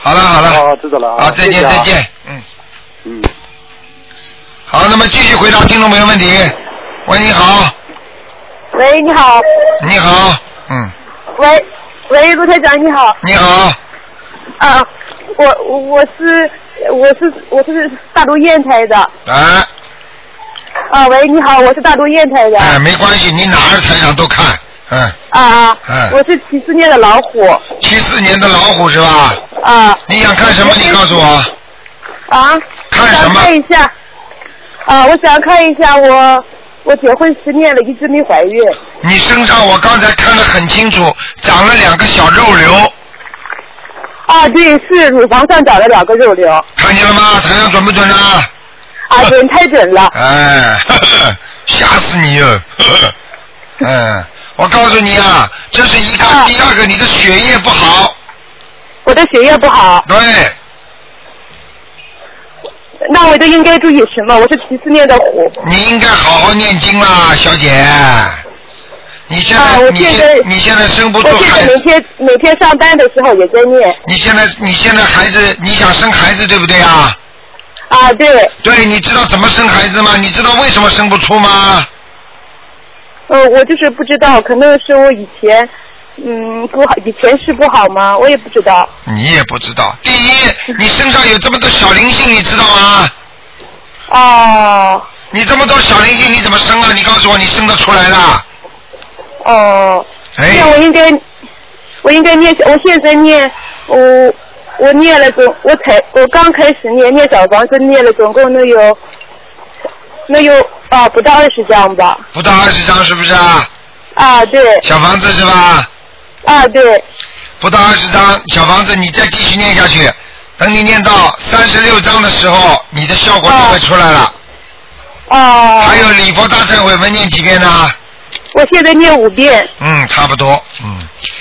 Speaker 1: 好了好了。
Speaker 7: 哦，知道了啊。
Speaker 1: 好，再见
Speaker 7: 谢谢啊
Speaker 1: 再。见，嗯，
Speaker 7: 嗯。
Speaker 1: 好，那么继续回答听众朋友问题。喂，你好，
Speaker 8: 喂，你好，
Speaker 1: 你好，嗯，
Speaker 8: 喂，喂，陆台长你好，
Speaker 1: 你好，
Speaker 8: 啊，我我我是我是我是大陆烟台的，
Speaker 1: 哎，
Speaker 8: 啊，喂，你好，我是大陆烟台的，
Speaker 1: 哎，没关系，你哪儿台长都看，嗯，
Speaker 8: 啊
Speaker 1: 哎
Speaker 8: 啊，我是七四年的老虎，
Speaker 1: 七四年的老虎是吧？
Speaker 8: 啊
Speaker 1: 你想看什么？你告诉我，
Speaker 8: 啊，
Speaker 1: 看
Speaker 8: 我
Speaker 1: 什
Speaker 8: 想
Speaker 1: 么
Speaker 8: 看一下，啊，我想看一下我我结婚十年了，一直没怀孕，
Speaker 1: 你身上我刚才看得很清楚，长了两个小肉瘤，
Speaker 8: 啊，对，是乳房上长了两个肉瘤，
Speaker 1: 看见了吗？台长准不准啊？
Speaker 8: 啊，准太准了，
Speaker 1: 哎， 呵呵吓死你了！呵呵嗯，我告诉你啊，这是一个，
Speaker 8: 啊
Speaker 1: 第二个你的血液不好，
Speaker 8: 我的血液不好，
Speaker 1: 对，
Speaker 8: 那我就应该注意什么？我是七四年的虎，
Speaker 1: 你应该好好念经啦，小姐。你现在，
Speaker 8: 啊我
Speaker 1: 你
Speaker 8: 现在
Speaker 1: 现你现在生不出
Speaker 8: 我现
Speaker 1: 孩
Speaker 8: 在每
Speaker 1: 子，
Speaker 8: 天每天上班的时候也在念
Speaker 1: 你现在你现在孩子，你想生孩子对不对啊？
Speaker 8: 啊，对，
Speaker 1: 对，你知道怎么生孩子吗？你知道为什么生不出吗？
Speaker 8: 呃，我就是不知道，可能是我以前嗯不好，以前是不好吗？我也不知道
Speaker 1: 你也不知道。第一，你身上有这么多小灵性，你知道吗？
Speaker 8: 哦
Speaker 1: 你这么多小灵性，你怎么生啊？你告诉我，你生得出来啦？
Speaker 8: 哦，
Speaker 1: 哎
Speaker 8: 那、，我应该我应该念，我现在念我我念了总我才我刚开始念念小房子念了总共能有能有啊不到二十张吧
Speaker 1: 不到二十张是不是啊？
Speaker 8: 啊对
Speaker 1: 小房子是吧？
Speaker 8: 啊对
Speaker 1: 不到二十张小房子，你再继续念下去，等你念到三十六章的时候，你的效果就会出来了。
Speaker 8: 啊哦，
Speaker 1: 还有礼佛大忏悔文念几遍呢？
Speaker 8: 我现在念五遍，
Speaker 1: 嗯，差不多，嗯，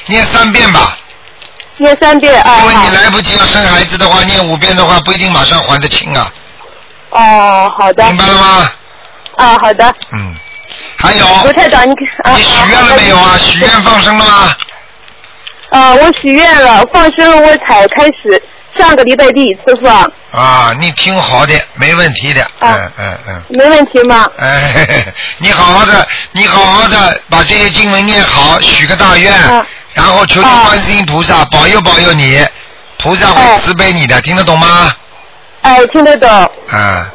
Speaker 1: 念三遍吧，
Speaker 8: 念三遍啊
Speaker 1: 因为
Speaker 8: 好
Speaker 1: 你来不及要生孩子的话，念五遍的话不一定马上还得清啊，
Speaker 8: 哦，好的。
Speaker 1: 明白了吗？
Speaker 8: 啊，好的。
Speaker 1: 嗯，还有，
Speaker 8: 卢台长，你看啊，
Speaker 1: 你许愿了没有啊？许愿放生了吗？
Speaker 8: 呃，我许愿了，放生了，我才开始上个礼拜第一次放，
Speaker 1: 啊，你听好的，没问题的，
Speaker 8: 啊
Speaker 1: 嗯嗯嗯。
Speaker 8: 没问题吗？
Speaker 1: 哎， 嘿嘿嘿你好好的，你好好的把这些经文念好，许个大愿，
Speaker 8: 啊
Speaker 1: 然后求求观世音菩萨保佑保佑你，菩萨会慈悲你的，听得懂吗？
Speaker 8: 哎，听得懂。
Speaker 1: 啊，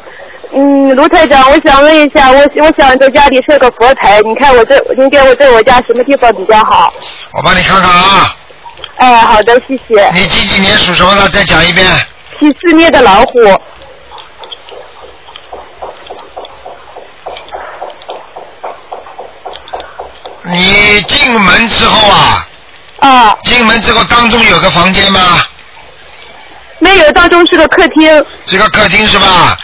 Speaker 8: 嗯，卢台长，我想问一下，我我想在家里设个佛台，你看我在，您给我在我家什么地方比较好？
Speaker 1: 我帮你看看啊。
Speaker 8: 哎，好的，谢谢。
Speaker 1: 你几几年属什么的？再讲一遍。
Speaker 8: 七四年的老虎，
Speaker 1: 你进门之后啊。
Speaker 8: 啊。
Speaker 1: 进门之后当中有个房间吗？
Speaker 8: 没有，当中是个客厅。
Speaker 1: 这个客厅是吧？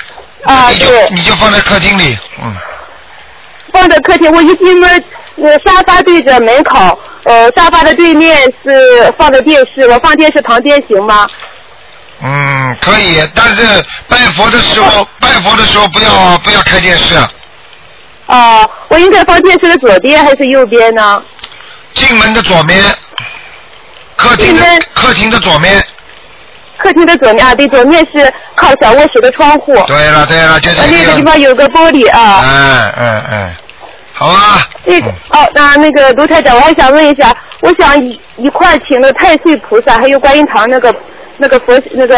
Speaker 8: 啊，
Speaker 1: 你就
Speaker 8: 对，
Speaker 1: 你就放在客厅里，嗯。
Speaker 8: 放在客厅，我一进门，呃，沙发对着门口，呃，沙发的对面是放的电视，我放电视旁边行吗？
Speaker 1: 嗯，可以，但是拜佛的时候，拜佛的时候不要不要开电视，
Speaker 8: 啊、我应该放电视的左边还是右边呢？
Speaker 1: 进门的左面，客厅的客厅的左面。
Speaker 8: 客厅的左面啊，对，左面是靠小卧室的窗户。
Speaker 1: 对了对了，就是
Speaker 8: 呃那
Speaker 1: 这
Speaker 8: 个地方有个玻璃啊。
Speaker 1: 嗯嗯嗯，好啊，
Speaker 8: 那个哦，那那个卢台长，我还想问一下，我想一一块儿请的太岁菩萨，还有观音堂那个那个佛那个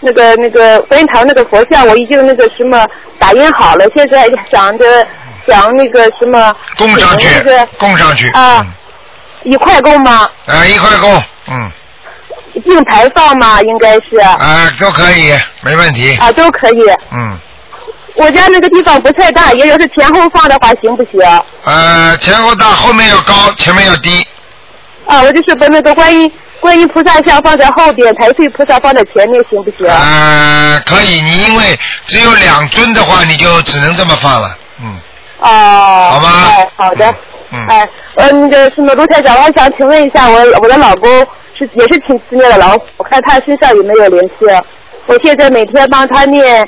Speaker 8: 那个那个观音堂那个佛像，我已经那个什么打印好了，现在想着想那个什么
Speaker 1: 供上去
Speaker 8: 那个，
Speaker 1: 供上去，
Speaker 8: 啊，一块供吗？
Speaker 1: 啊，一块供，嗯，
Speaker 8: 并排放吗？应该是啊，
Speaker 1: 啊，都可以，没问题，
Speaker 8: 都可以。
Speaker 1: 嗯，
Speaker 8: 我家那个地方不太大，也有是前后放的话行不行？
Speaker 1: 呃，前后大，后面要高，前面要低，
Speaker 8: 啊，我就是把那个观音观音菩萨像放在后边，太岁菩萨放在前面，行不行？
Speaker 1: 呃，可以，你因为只有两尊的话，你就只能这么放了，嗯，
Speaker 8: 哦，好
Speaker 1: 吗
Speaker 8: 哎，好的。
Speaker 1: 嗯
Speaker 8: 哎，呃，那个什么，卢台长，我还想请问一下，我我的老公是也是挺自虐的老虎，我看他身上有没有灵性？我现在每天帮他念，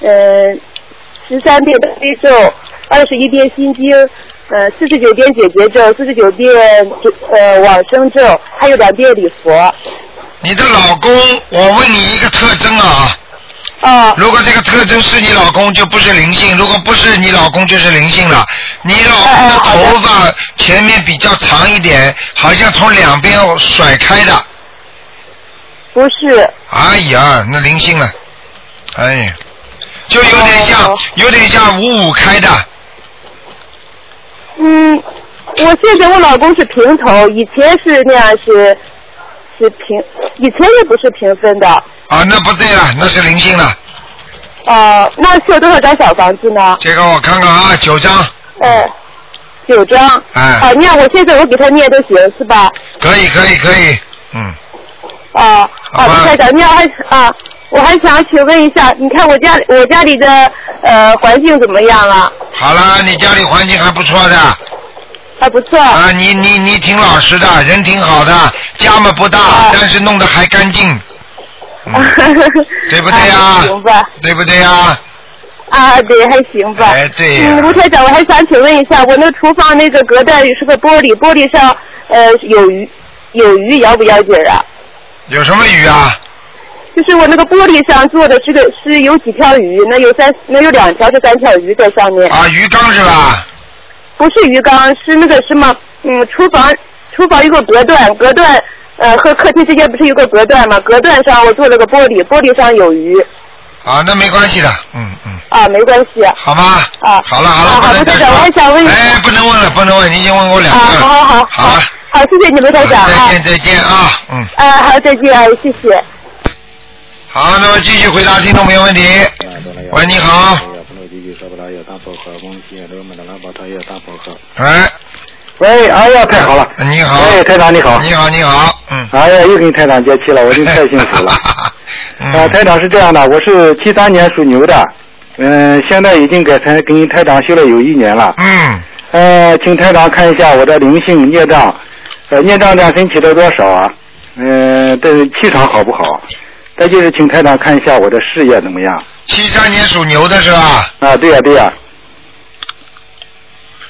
Speaker 8: 呃，十三遍大悲咒，二十一遍心经，呃，四十九遍解结咒，四十九遍呃往生咒，还有两遍礼佛。
Speaker 1: 你的老公，我问你一个特征啊。
Speaker 8: 啊。
Speaker 1: 如果这个特征是你老公，就不是灵性；如果不是你老公，就是灵性了。你老公的头发前面比较长一点，好像从两边甩开的。
Speaker 8: 不是。
Speaker 1: 哎呀，那灵性了，哎呀，就有点
Speaker 8: 哦
Speaker 1: 像，有点像五五开的。
Speaker 8: 嗯，我现在我老公是平头，以前是那样是是平，以前也不是平分的。
Speaker 1: 啊，那不对了，那是灵性了。
Speaker 8: 呃，那需要多少张小房子呢？
Speaker 1: 这个我看看啊，九张，
Speaker 8: 呃，九张。
Speaker 1: 哎
Speaker 8: 啊，你看我现在我给他念都行是吧？
Speaker 1: 可以，可以，可以，嗯，
Speaker 8: 啊啊，卢台长，你好，还啊，我还想请问一下，你看我家我家里的呃环境怎么样啊？
Speaker 1: 好了，你家里环境还不错的。
Speaker 8: 还不错。
Speaker 1: 啊，你你你挺老实的，人挺好的，家嘛不大，
Speaker 8: 啊
Speaker 1: 但是弄得还干净，嗯 对不对呀、
Speaker 8: 啊行吧。
Speaker 1: 对不对呀、
Speaker 8: 啊，对，还行吧。
Speaker 1: 哎，对呀、
Speaker 8: 嗯，卢台长，我还想请问一下，我那厨房那个隔断是个玻璃，玻璃上呃有鱼，有鱼要不要紧啊？
Speaker 1: 有什么鱼啊？
Speaker 8: 就是我那个玻璃上做的是个是有几条鱼，那有三那有两条是三条鱼在上面。
Speaker 1: 啊，鱼缸是吧？
Speaker 8: 不是鱼缸，是那个什么，嗯，厨房厨房有个隔断，隔断呃和客厅之间不是有个隔断吗？隔断上我做了个玻璃，玻璃上有鱼
Speaker 1: 啊，那没关系的，嗯嗯，
Speaker 8: 啊，没关系。
Speaker 1: 好吗？
Speaker 8: 啊，
Speaker 1: 好了好了，
Speaker 8: 啊
Speaker 1: 不
Speaker 8: 好
Speaker 1: 能
Speaker 8: 的
Speaker 1: 再
Speaker 8: 台
Speaker 1: 说
Speaker 8: 长，我还想问一下，
Speaker 1: 哎，不能问了，不能问，你已经问过两
Speaker 8: 啊，
Speaker 1: 次了。
Speaker 8: 好好好，
Speaker 1: 好了，
Speaker 8: 好，谢谢你们台长啊
Speaker 1: 再，见再见啊，嗯，
Speaker 8: 啊，好，再见，哎谢谢。
Speaker 1: 好，那么继续回答听众朋友问题。喂，你好，哎，
Speaker 9: 喂，哎呀，太好了！
Speaker 1: 你好，
Speaker 9: 哎，台长你好，
Speaker 1: 你好，你好，嗯，
Speaker 9: 哎呀，又跟台长接气了，我真太幸福了。
Speaker 1: 嗯
Speaker 9: 啊，台长是这样的，我是七三年属牛的，嗯、现在已经给台跟台长修了有一年了。
Speaker 1: 嗯，
Speaker 9: 呃，请台长看一下我的灵性孽障，呃，孽障量身起了多少啊？嗯、呃，这气场好不好？再就是请台长看一下我的事业怎么样？
Speaker 1: 七三年属牛的是吧？
Speaker 9: 啊，对呀、对呀、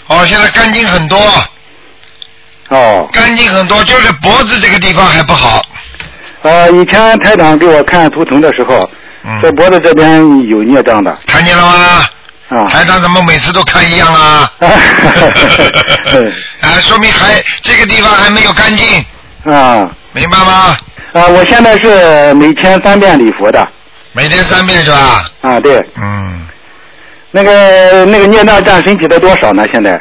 Speaker 1: 哦，现在干净很多。
Speaker 9: 啊，哦，
Speaker 1: 干净很多，就是脖子这个地方还不好。
Speaker 9: 呃，以前台长给我看图腾的时候，
Speaker 1: 嗯
Speaker 9: 在脖子这边有孽障的。
Speaker 1: 看见了吗？
Speaker 9: 啊，
Speaker 1: 台长怎么每次都看一 样啦？啊，说明还这个地方还没有干净。
Speaker 9: 啊。
Speaker 1: 明白吗？
Speaker 9: 啊，我现在是每天三遍礼佛的。
Speaker 1: 每天三遍是吧？
Speaker 9: 啊，对。
Speaker 1: 嗯。
Speaker 9: 那个那个孽障占身体的多少呢？现在？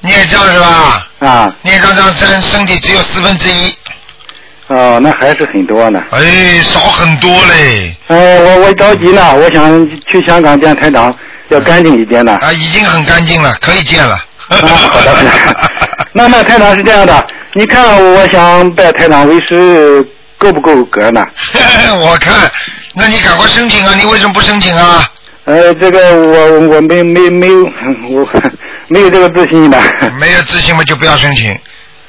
Speaker 1: 孽障是吧？
Speaker 9: 啊。
Speaker 1: 孽障占身身体只有四分之一，
Speaker 9: 哦，那还是很多呢。
Speaker 1: 哎，少很多嘞。
Speaker 9: 呃，我我着急呢，我想去香港见台长，要干净一点呢。
Speaker 1: 啊，已经很干净了，可以见了。
Speaker 9: 啊那那台长是这样的，你看我想拜台长为师够不够格呢？
Speaker 1: 我看， 那你赶快申请啊！你为什么不申请啊？
Speaker 9: 呃，这个我我没没没有我没有这个自信的。
Speaker 1: 没有自信嘛，就不要申请。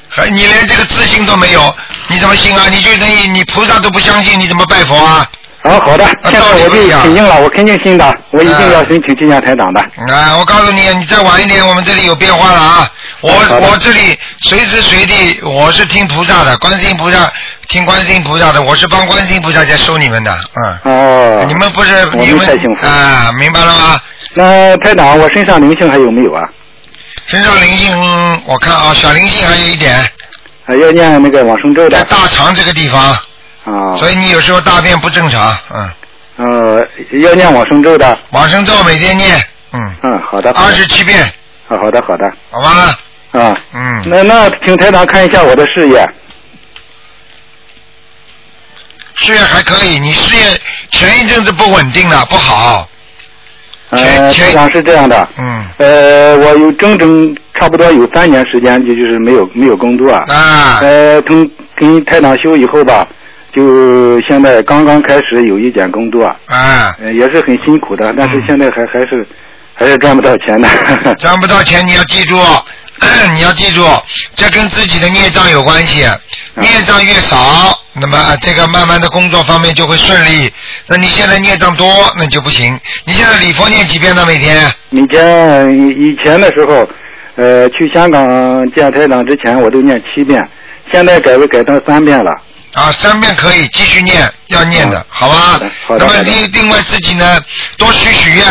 Speaker 1: 还你连这个自信都没有，你怎么信啊？你就等于你菩萨都不相信，你怎么拜佛啊？
Speaker 9: 啊，好的，现在我
Speaker 1: 不一
Speaker 9: 就
Speaker 1: 样嗯
Speaker 9: 挺硬了，我肯定信的，我一定要申请去见台长的。
Speaker 1: 啊，我告诉你，你再晚一点，我们这里有变化了啊！我我这里随时随地我是听菩萨的，观世音菩萨听观世音菩萨的，我是帮观世音菩萨在收你们的，嗯。
Speaker 9: 哦。
Speaker 1: 你们不是
Speaker 9: 我
Speaker 1: 你
Speaker 9: 们
Speaker 1: 们
Speaker 9: 太幸福
Speaker 1: 啊，明白了吗？
Speaker 9: 那台长，我身上灵性还有没有啊？
Speaker 1: 身上灵性，嗯我看啊，小灵性还有一点，
Speaker 9: 还要念那个往生咒的。
Speaker 1: 在大肠这个地方，
Speaker 9: 啊。
Speaker 1: 所以你有时候大便不正常，嗯。
Speaker 9: 呃，要念往生咒的。
Speaker 1: 往生咒每天念，嗯。
Speaker 9: 嗯，好的。
Speaker 1: 二十七遍。
Speaker 9: 啊，好的，好的。
Speaker 1: 好吧？
Speaker 9: 啊。
Speaker 1: 嗯。
Speaker 9: 那那请台长看一下我的事业。
Speaker 1: 事业还可以，你事业前一阵子不稳定了，不好。
Speaker 9: 呃，台长是这样的。
Speaker 1: 嗯。
Speaker 9: 呃，我有整整差不多有三年时间，就就是没有没有工作。
Speaker 1: 啊。
Speaker 9: 呃，从跟台长修以后吧，就现在刚刚开始有一点工作，
Speaker 1: 啊，嗯
Speaker 9: 呃、也是很辛苦的，但是现在还、还是还是赚不到钱的。
Speaker 1: 赚不到钱，你要记住， 你要记住，这跟自己的孽障有关系。
Speaker 9: 啊
Speaker 1: 孽障越少，那么呃这个慢慢的工作方面就会顺利。那你现在孽障多，那就不行。你现在礼佛念几遍呢？每天？
Speaker 9: 以前以前的时候，呃，去香港见台长之前，我都念七遍，现在改为改成三遍了。
Speaker 1: 啊，三遍可以继续念，要念的，好吧？
Speaker 9: 好的
Speaker 1: 那么
Speaker 9: 好的
Speaker 1: 另另外自己呢，多许许愿，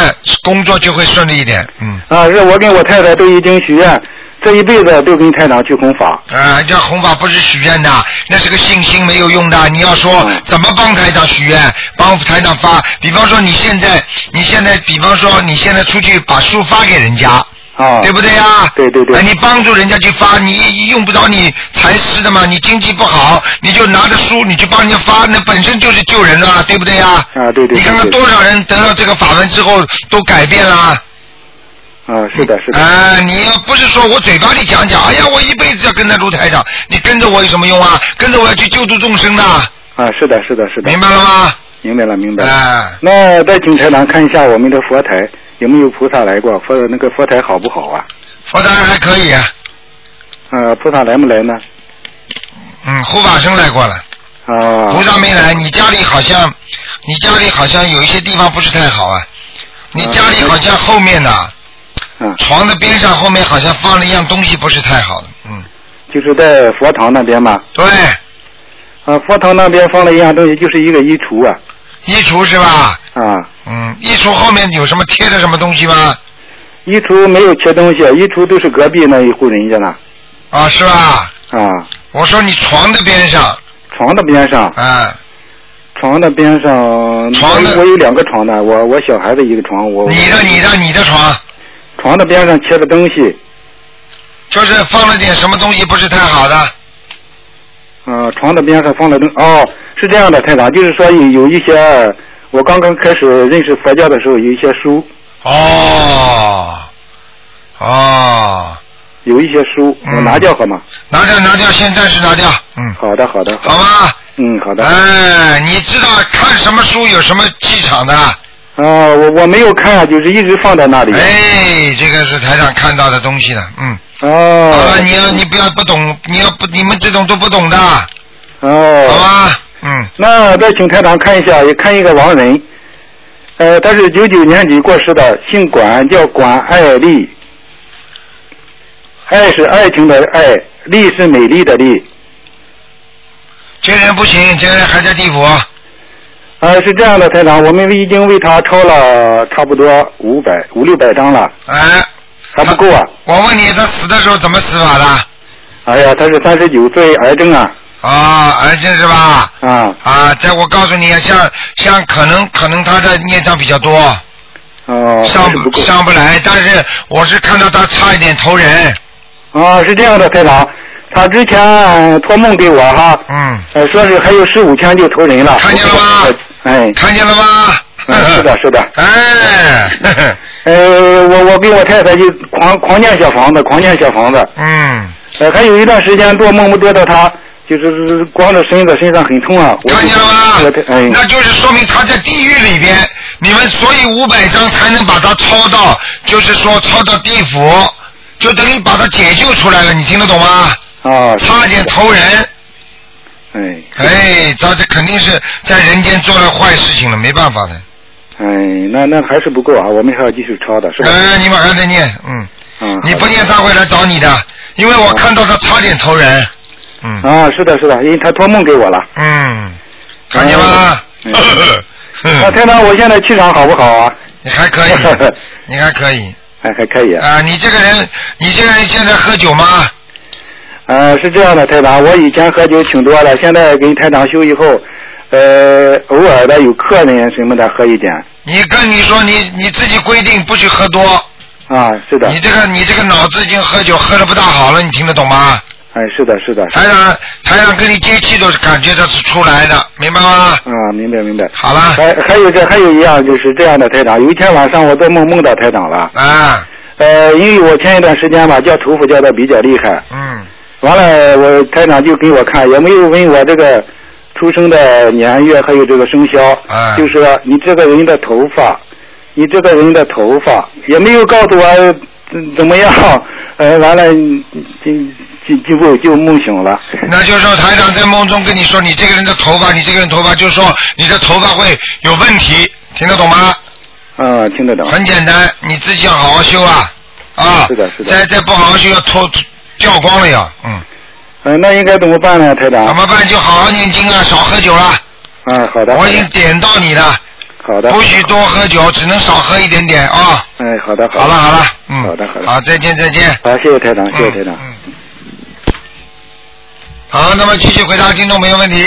Speaker 1: 工作就会顺利一点。嗯。
Speaker 9: 啊，是我跟我太太都已经许愿，这一辈子都跟台长去弘法。
Speaker 1: 啊、这弘法不是许愿的，那是个信心没有用的。你要说
Speaker 9: 嗯
Speaker 1: 怎么帮台长许愿，帮台长发，比方说你现在，你现在，比方说你现在出去把书发给人家，
Speaker 9: 啊，
Speaker 1: 对不对呀、
Speaker 9: 对对对。
Speaker 1: 哎，你帮助人家去发，你用不着你财师的嘛，你经济不好，你就拿着书你去帮人家发，那本身就是救人了，对不对呀、
Speaker 9: 啊，对对对。
Speaker 1: 你看看
Speaker 9: 对
Speaker 1: 多少人得到这个法门之后都改变了。
Speaker 9: 啊，是的，是的。
Speaker 1: 啊、你要不是说我嘴巴里讲讲，哎呀，我一辈子要跟着卢台长，你跟着我有什么用啊？跟着我要去救度众生的，
Speaker 9: 啊，是的，是的，是的。
Speaker 1: 明白了吗？
Speaker 9: 明白了，明白了。
Speaker 1: 啊、
Speaker 9: 那在请台长看一下我们的佛台有没有菩萨来过？佛那个佛台好不好啊？
Speaker 1: 佛台还可以，啊
Speaker 9: 呃，菩萨来没来呢？
Speaker 1: 嗯，护法生来过了，
Speaker 9: 啊。
Speaker 1: 菩萨没来，你家里好像，你家里好像有一些地方不是太好啊，你家里好像后面呐、
Speaker 9: 嗯
Speaker 1: 床的边上后面好像放了一样东西，不是太好的，嗯，
Speaker 9: 就是在佛堂那边嘛。
Speaker 1: 对，
Speaker 9: 啊，佛堂那边放了一样东西，就是一个衣橱啊。
Speaker 1: 衣橱是吧？
Speaker 9: 啊，
Speaker 1: 嗯，衣橱后面有什么贴的什么东西吗？
Speaker 9: 衣橱没有贴东西，衣橱都是隔壁那一户人家呢。
Speaker 1: 啊，是吧？
Speaker 9: 啊，
Speaker 1: 我说你床的边上，
Speaker 9: 床的边上，
Speaker 1: 啊，
Speaker 9: 床的边上，
Speaker 1: 床的
Speaker 9: 我我有两个床呢，我我小孩子一个床，我
Speaker 1: 你的你的你的床，
Speaker 9: 床的边上贴的东西，
Speaker 1: 就是放了点什么东西不是太好的，
Speaker 9: 啊，床的边上放了灯。哦，是这样的，台长，就是说有有一些，我刚刚开始认识佛教的时候，有一些书，
Speaker 1: 哦，哦，嗯
Speaker 9: 有一些书，我拿掉好吗？
Speaker 1: 拿掉拿掉，先暂时拿掉，嗯，
Speaker 9: 好的，好的，
Speaker 1: 好吗？
Speaker 9: 嗯，好的。
Speaker 1: 哎，你知道看什么书有什么气场的？
Speaker 9: 啊，我我没有看，啊就是一直放在那里。
Speaker 1: 哎，这个是台上看到的东西了，嗯，好
Speaker 9: 哦
Speaker 1: 了，你要你不要不懂，你要不你们这种都不懂的，好
Speaker 9: 哦，
Speaker 1: 吧？嗯，
Speaker 9: 那再请台长看一下，也看一个亡人，呃，他是九九年底过世的，姓管，叫管爱丽，爱是爱情的爱，丽是美丽的丽。
Speaker 1: 这人不行，这人还在地府。
Speaker 9: 呃，是这样的，台长，我们已经为他抄了差不多五百五六百张了，
Speaker 1: 哎，
Speaker 9: 还不够啊！
Speaker 1: 我问你，他死的时候怎么死法的？
Speaker 9: 哎呀，他是三十九岁癌症啊，
Speaker 1: 啊，癌症是吧？
Speaker 9: 啊
Speaker 1: 啊，这我告诉你，像像可能可能他的孽障比较多，
Speaker 9: 哦，
Speaker 1: 上不上不来，但是我是看到他差一点投人。
Speaker 9: 啊，是这样的，台长，他之前呃托梦给我哈，
Speaker 1: 嗯，
Speaker 9: 呃，说是还有十五天就投人了，看见了吗？哎，
Speaker 1: 看见了吗？
Speaker 9: 嗯，是的，是的。
Speaker 1: 哎，
Speaker 9: 呃，我我跟我太太就狂狂念小房子，狂念小房子，
Speaker 1: 嗯，
Speaker 9: 呃，还有一段时间做梦梦做到他就是光着身子，身上很痛啊，我看见了吗？哎，
Speaker 1: 那就是说明他在地狱里边，你们所以五百张才能把他抄到，就是说抄到地府，就等于把他解救出来了，你听得懂吗？
Speaker 9: 啊，
Speaker 1: 差点投人。
Speaker 9: 哎。
Speaker 1: 哎，他这肯定是在人间做了坏事情了，没办法的。
Speaker 9: 哎，那那还是不够啊，我们还要继续抄的，是吧？
Speaker 1: 哎，你们还得念，嗯，
Speaker 9: 嗯，
Speaker 1: 你不念他会来找你的，因为我看到他差点投人。嗯。
Speaker 9: 啊，是的，是的，因为他托梦给我了。
Speaker 1: 嗯，看见吗？
Speaker 9: 嗯 那台长，我现在气场好不好啊？
Speaker 1: 你还可以，你还可以。
Speaker 9: 还还可以啊。
Speaker 1: 啊，你这个人，你这个人现在喝酒吗？
Speaker 9: 呃，是这样的，台长，我以前喝酒挺多的，现在跟台长修以后，呃，偶尔的有客人什么的喝一点。
Speaker 1: 你跟你说你你自己规定不许喝多。
Speaker 9: 啊，是的。
Speaker 1: 你这个你这个脑子已经喝酒喝的不大好了，你听得懂吗？
Speaker 9: 哎，是的，是的。
Speaker 1: 台长台长跟你接气都是感觉到是出来的，明白吗？
Speaker 9: 啊，明白明白。
Speaker 1: 好了。
Speaker 9: 还还有这还有一样就是这样的，台长，有一天晚上我做梦梦到台长了。
Speaker 1: 啊。
Speaker 9: 呃，因为我前一段时间吧，叫头发叫的比较厉害。
Speaker 1: 嗯。
Speaker 9: 完了，我台长就给我看，也没有问我这个出生的年月，还有这个生肖，
Speaker 1: 啊
Speaker 9: 就说你这个人的头发，你这个人的头发，也没有告诉我呃怎怎么样，呃，完了，今今今后就梦醒了，
Speaker 1: 那就是说台长在梦中跟你说，你这个人的头发，你这个人头发，就是说你的头发会有问题，听得懂吗？
Speaker 9: 啊，听得懂，嗯
Speaker 1: 很简单，你自己要好好修啊啊！
Speaker 9: 是的，是的，
Speaker 1: 再再不好好修要脱掉光了要，嗯，
Speaker 9: 呃，那应该怎么办呢，台长？
Speaker 1: 怎么办？就好好念经啊，少喝酒啦。
Speaker 9: 啊，好的，
Speaker 1: 我已经点到你了，
Speaker 9: 好的，
Speaker 1: 不许多喝酒，只能少喝一点点啊。
Speaker 9: 哎，好的，
Speaker 1: 好了好了，
Speaker 9: 嗯，好的，好的，
Speaker 1: 好，再见再见。
Speaker 9: 好，谢谢台长，谢谢台长。
Speaker 1: 好，那么继续回答听众朋友问题。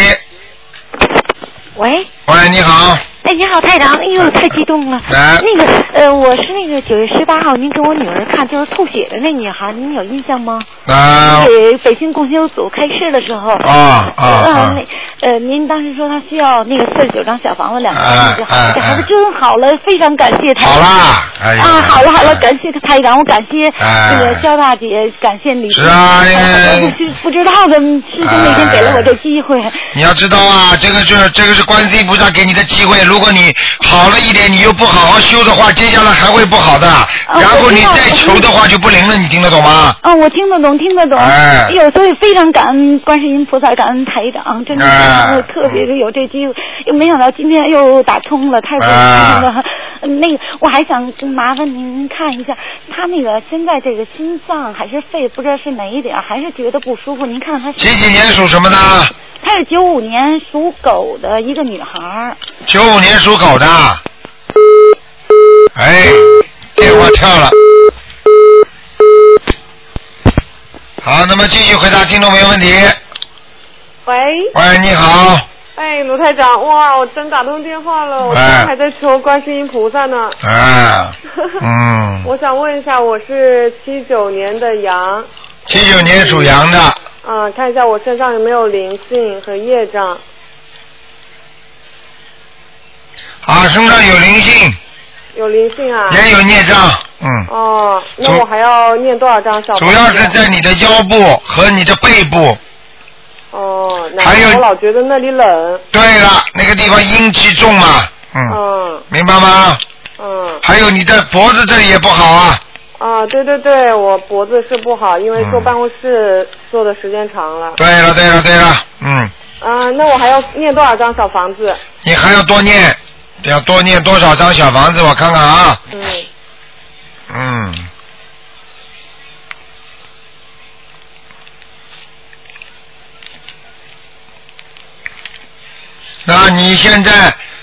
Speaker 10: 喂，
Speaker 1: 喂，你好，
Speaker 10: 哎，你好，台
Speaker 1: 嗯
Speaker 10: 长，哎呦，太激动了。
Speaker 1: 哎
Speaker 10: 那个，呃，我是那个九月十八号，您给我女儿看，就是吐血的那女孩，您有印象吗？
Speaker 1: 啊
Speaker 10: 给北京共修组开示的时候。
Speaker 1: 啊啊啊
Speaker 10: 呃那呃，您当时说她需要那个四十九张小房子，两个
Speaker 1: 哎
Speaker 10: 孩子，
Speaker 1: 哎
Speaker 10: 这孩子真好了，非常感谢台长。好
Speaker 1: 啦，哎呀
Speaker 10: 啊，好了好了，感谢台长，我感谢
Speaker 1: 哎
Speaker 10: 那个肖大姐，感谢你。
Speaker 1: 是啊
Speaker 10: 哎
Speaker 1: 哎
Speaker 10: 我不知不知道的，师兄那天给了我这机会。
Speaker 1: 你要知道啊，这个是这个是观世音菩萨给你的机会。如果你好了一点，你又不好好修的话，接下来还会不好的。然后你再求的话就不灵了，你听得懂吗？
Speaker 10: 啊，我听得懂，听得懂。
Speaker 1: 哎
Speaker 10: 呦，所以非常感恩观世音菩萨，感恩台长，真的，
Speaker 1: 哎
Speaker 10: 我特别有这机会，又没想到今天又打通了，太感
Speaker 1: 哎
Speaker 10: 恩了。那个，我还想麻烦您您看一下，他那个现在这个心脏还是肺，不知道是哪一点，还是觉得不舒服。您看他
Speaker 1: 几几年属什么的？
Speaker 10: 她是九五年属狗的一个女孩儿。
Speaker 1: 九五年属狗的。哎，电话跳了。好，那么继续回答听众朋友问题。
Speaker 11: 喂，
Speaker 1: 喂，你好，
Speaker 11: 哎，卢台长，哇，我真打通电话了，我刚
Speaker 1: 哎
Speaker 11: 才还在求观世音菩萨呢。
Speaker 1: 啊，嗯，
Speaker 11: 我想问一下，我是七九年的羊，
Speaker 1: 七九年属羊的，
Speaker 11: 嗯，看一下我身上有没有灵性和业障。
Speaker 1: 啊，身上有灵性，
Speaker 11: 有灵性啊？
Speaker 1: 也有孽障。，嗯。
Speaker 11: 哦，那
Speaker 1: 主
Speaker 11: 我还要念多少张小？
Speaker 1: 主要是在你的。腰部和你的背部。
Speaker 11: 哦，难
Speaker 1: 还有
Speaker 11: 怪我老觉得那里冷。
Speaker 1: 对了，那个地方阴气重嘛，嗯，
Speaker 11: 嗯
Speaker 1: 明白吗？
Speaker 11: 嗯。
Speaker 1: 还有你的脖子这里也不好啊，
Speaker 11: 啊，对对对，我脖子是不好，因为坐办公室坐的时间长了。
Speaker 1: 嗯对了对了对了，嗯，
Speaker 11: 啊，那我还要念多少张小房子？
Speaker 1: 你还要多念，要多念多少张小房子，我看看啊，
Speaker 11: 嗯，
Speaker 1: 嗯，话，你现在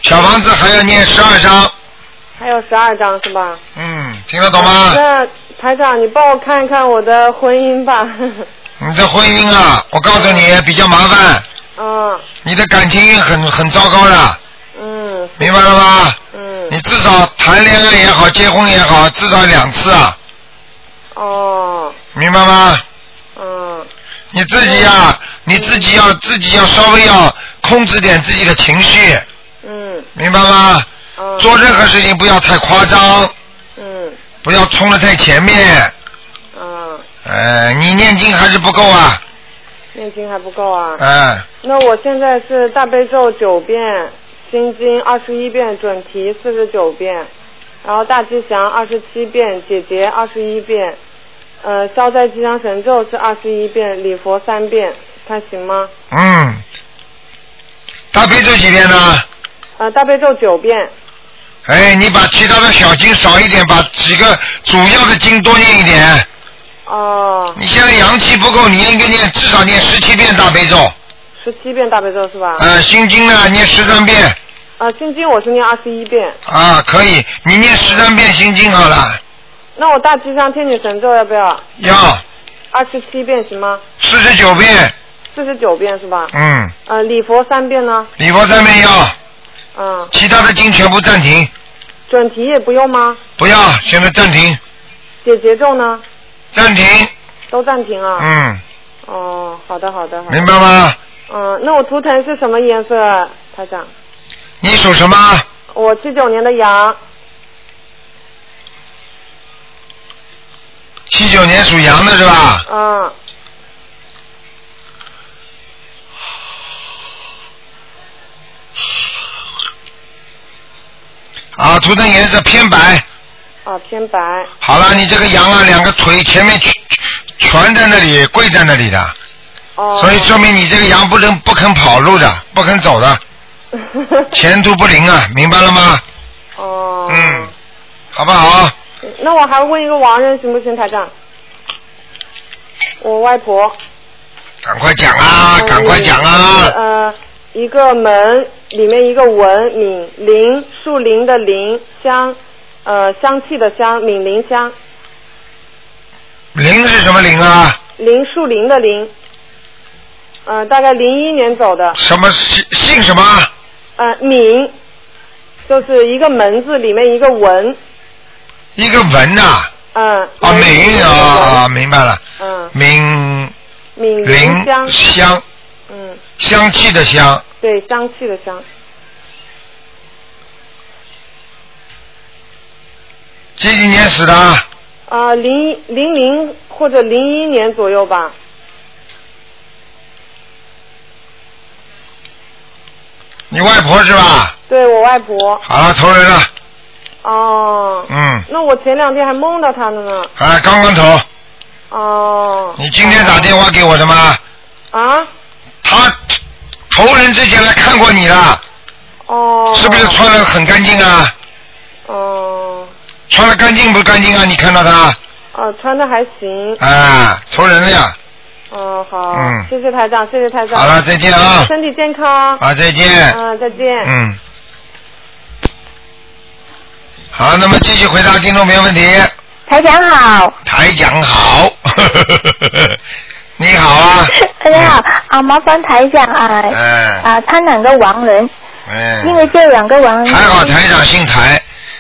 Speaker 1: 小房子还要念十二章，
Speaker 11: 还有十二张是吧？啊
Speaker 1: 嗯，听得懂吗？
Speaker 11: 那台长，你帮我看一看我的婚姻吧。
Speaker 1: 你的婚姻啊，我告诉你比较麻烦，
Speaker 11: 嗯
Speaker 1: 你的感情运很很糟糕的，
Speaker 11: 嗯
Speaker 1: 明白了吗？嗯，你至少谈恋爱也好，结婚也好，至少两次啊，
Speaker 11: 哦
Speaker 1: 明白吗？
Speaker 11: 嗯
Speaker 1: 你自己呀、啊你自己要自己要稍微要控制点自己的情绪，
Speaker 11: 嗯哦
Speaker 1: 明白吗？做任何事情不要太夸张，
Speaker 11: 嗯
Speaker 1: 不要冲得太前面。
Speaker 11: 嗯，
Speaker 1: 呃，你念经还是不够啊，
Speaker 11: 念经还不够啊。
Speaker 1: 嗯，
Speaker 11: 那我现在是大悲咒九遍，心经二十一遍，准提四十九遍，然后大吉祥二十七遍，解结二十一遍，呃，消灾吉祥神咒是二十一遍，礼佛三遍，看行吗？
Speaker 1: 嗯，大悲咒几遍呢？
Speaker 11: 呃，大悲咒九遍，
Speaker 1: 哎，你把其他的小经少一点，把几个主要的经多念一点。
Speaker 11: 哦，
Speaker 1: 你现在阳气不够，你应该念至少念十七遍大悲咒，
Speaker 11: 十七遍大悲咒是吧？
Speaker 1: 呃，心经呢念十三遍
Speaker 11: 呃，心经我是念二十一遍，
Speaker 1: 啊，可以，你念十三遍心经好了，
Speaker 11: 那我大吉祥天女神咒要不要？
Speaker 1: 要
Speaker 11: 二十七遍行吗？
Speaker 1: 四十九遍，
Speaker 11: 四十九遍是吧？
Speaker 1: 嗯，
Speaker 11: 呃，礼佛三遍呢？
Speaker 1: 礼佛三遍要，
Speaker 11: 嗯，
Speaker 1: 其他的经全部暂停，
Speaker 11: 准提也不用吗？
Speaker 1: 不要，现在暂停，
Speaker 11: 解结咒呢？
Speaker 1: 暂停，
Speaker 11: 都暂停啊。
Speaker 1: 嗯，
Speaker 11: 哦，好的，好的，好的。
Speaker 1: 明白吗？
Speaker 11: 嗯，那我图腾是什么颜色，台长？
Speaker 1: 你属什么？
Speaker 11: 我七九年的羊，
Speaker 1: 七九年属羊的是吧？
Speaker 11: 嗯，
Speaker 1: 啊，图腾颜色偏白，
Speaker 11: 啊，偏白，
Speaker 1: 好了，你这个羊啊，两个腿前面全全在那里，跪在那里的，
Speaker 11: 哦
Speaker 1: 所以说明你这个羊不能不肯跑路的，不肯 走的，前途不灵啊，明白了吗？
Speaker 11: 哦，
Speaker 1: 嗯，好不好？
Speaker 11: 那我还问一个亡人行不行，台长？我外婆。嗯
Speaker 1: 赶快讲啊，赶快讲啊！
Speaker 11: 呃，一个门里面一个文敏林树林的林香，呃香气的香敏林香
Speaker 1: 灵是什么灵啊？
Speaker 11: 林树林的林，呃大概零一年走的，
Speaker 1: 什么姓姓什么？
Speaker 11: 呃敏就是一个门字里面一个文，
Speaker 1: 一个文呐、
Speaker 11: 嗯、
Speaker 1: 啊，明啊啊，明白了，
Speaker 11: 嗯
Speaker 1: 明
Speaker 11: 敏
Speaker 1: 灵
Speaker 11: 香
Speaker 1: 香
Speaker 11: 嗯
Speaker 1: 香气的香，
Speaker 11: 对香气的香
Speaker 1: 几几年死的啊？
Speaker 11: 啊零零零或者零一年左右吧，
Speaker 1: 你外婆是吧？
Speaker 11: 对我外婆
Speaker 1: 好了，投人了，
Speaker 11: 哦。
Speaker 1: 嗯，
Speaker 11: 那我前两天还梦到他了呢。
Speaker 1: 啊，刚刚投。
Speaker 11: 哦。
Speaker 1: 你今天打电话给我的吗？
Speaker 11: 啊？
Speaker 1: 他投人之前来看过你了。
Speaker 11: 哦。
Speaker 1: 是不是穿的很干净啊？
Speaker 11: 哦。
Speaker 1: 穿的干净不干净啊？你看到他？
Speaker 11: 呃，穿的还行。
Speaker 1: 啊，投人了呀！
Speaker 11: 哦，好。
Speaker 1: 嗯
Speaker 11: 谢谢台长，谢谢台长。
Speaker 1: 好了再见啊
Speaker 11: 身体健康。
Speaker 1: 啊再见
Speaker 11: 嗯，再见。
Speaker 1: 嗯。好，那么继续回答听众朋友问题。
Speaker 12: 台长好，
Speaker 1: 台讲好， 你 好啊，
Speaker 12: 大家好啊，麻烦台长啊
Speaker 1: 哎
Speaker 12: 啊，看两个亡人，
Speaker 1: 嗯。
Speaker 12: 啊因为这两个亡人
Speaker 1: 还 好台长姓台，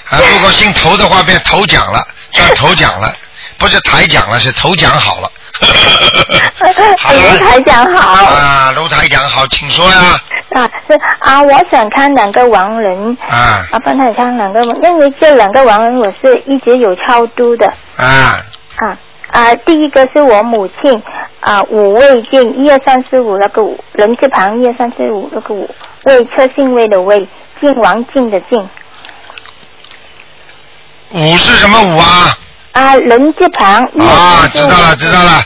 Speaker 1: 啊，如果姓头的话，变头奖了，算头奖 了，不是台奖了，是头奖好了。好了，
Speaker 12: 哎台长好
Speaker 1: 啊，卢台长好，请说呀，
Speaker 12: 啊是啊，我想看两个亡人，
Speaker 1: 啊
Speaker 12: 麻烦台看两个亡，因为这两个亡人我是一直有超度的
Speaker 1: 啊，
Speaker 12: 啊啊，第一个是我母亲啊，五味镜一二三四五那个五，人字旁一二三四五那个五，魏车姓魏的魏，晋王晋的晋
Speaker 1: 五是什么五啊？
Speaker 12: 啊，人字旁一
Speaker 1: 啊，知道了，知道了，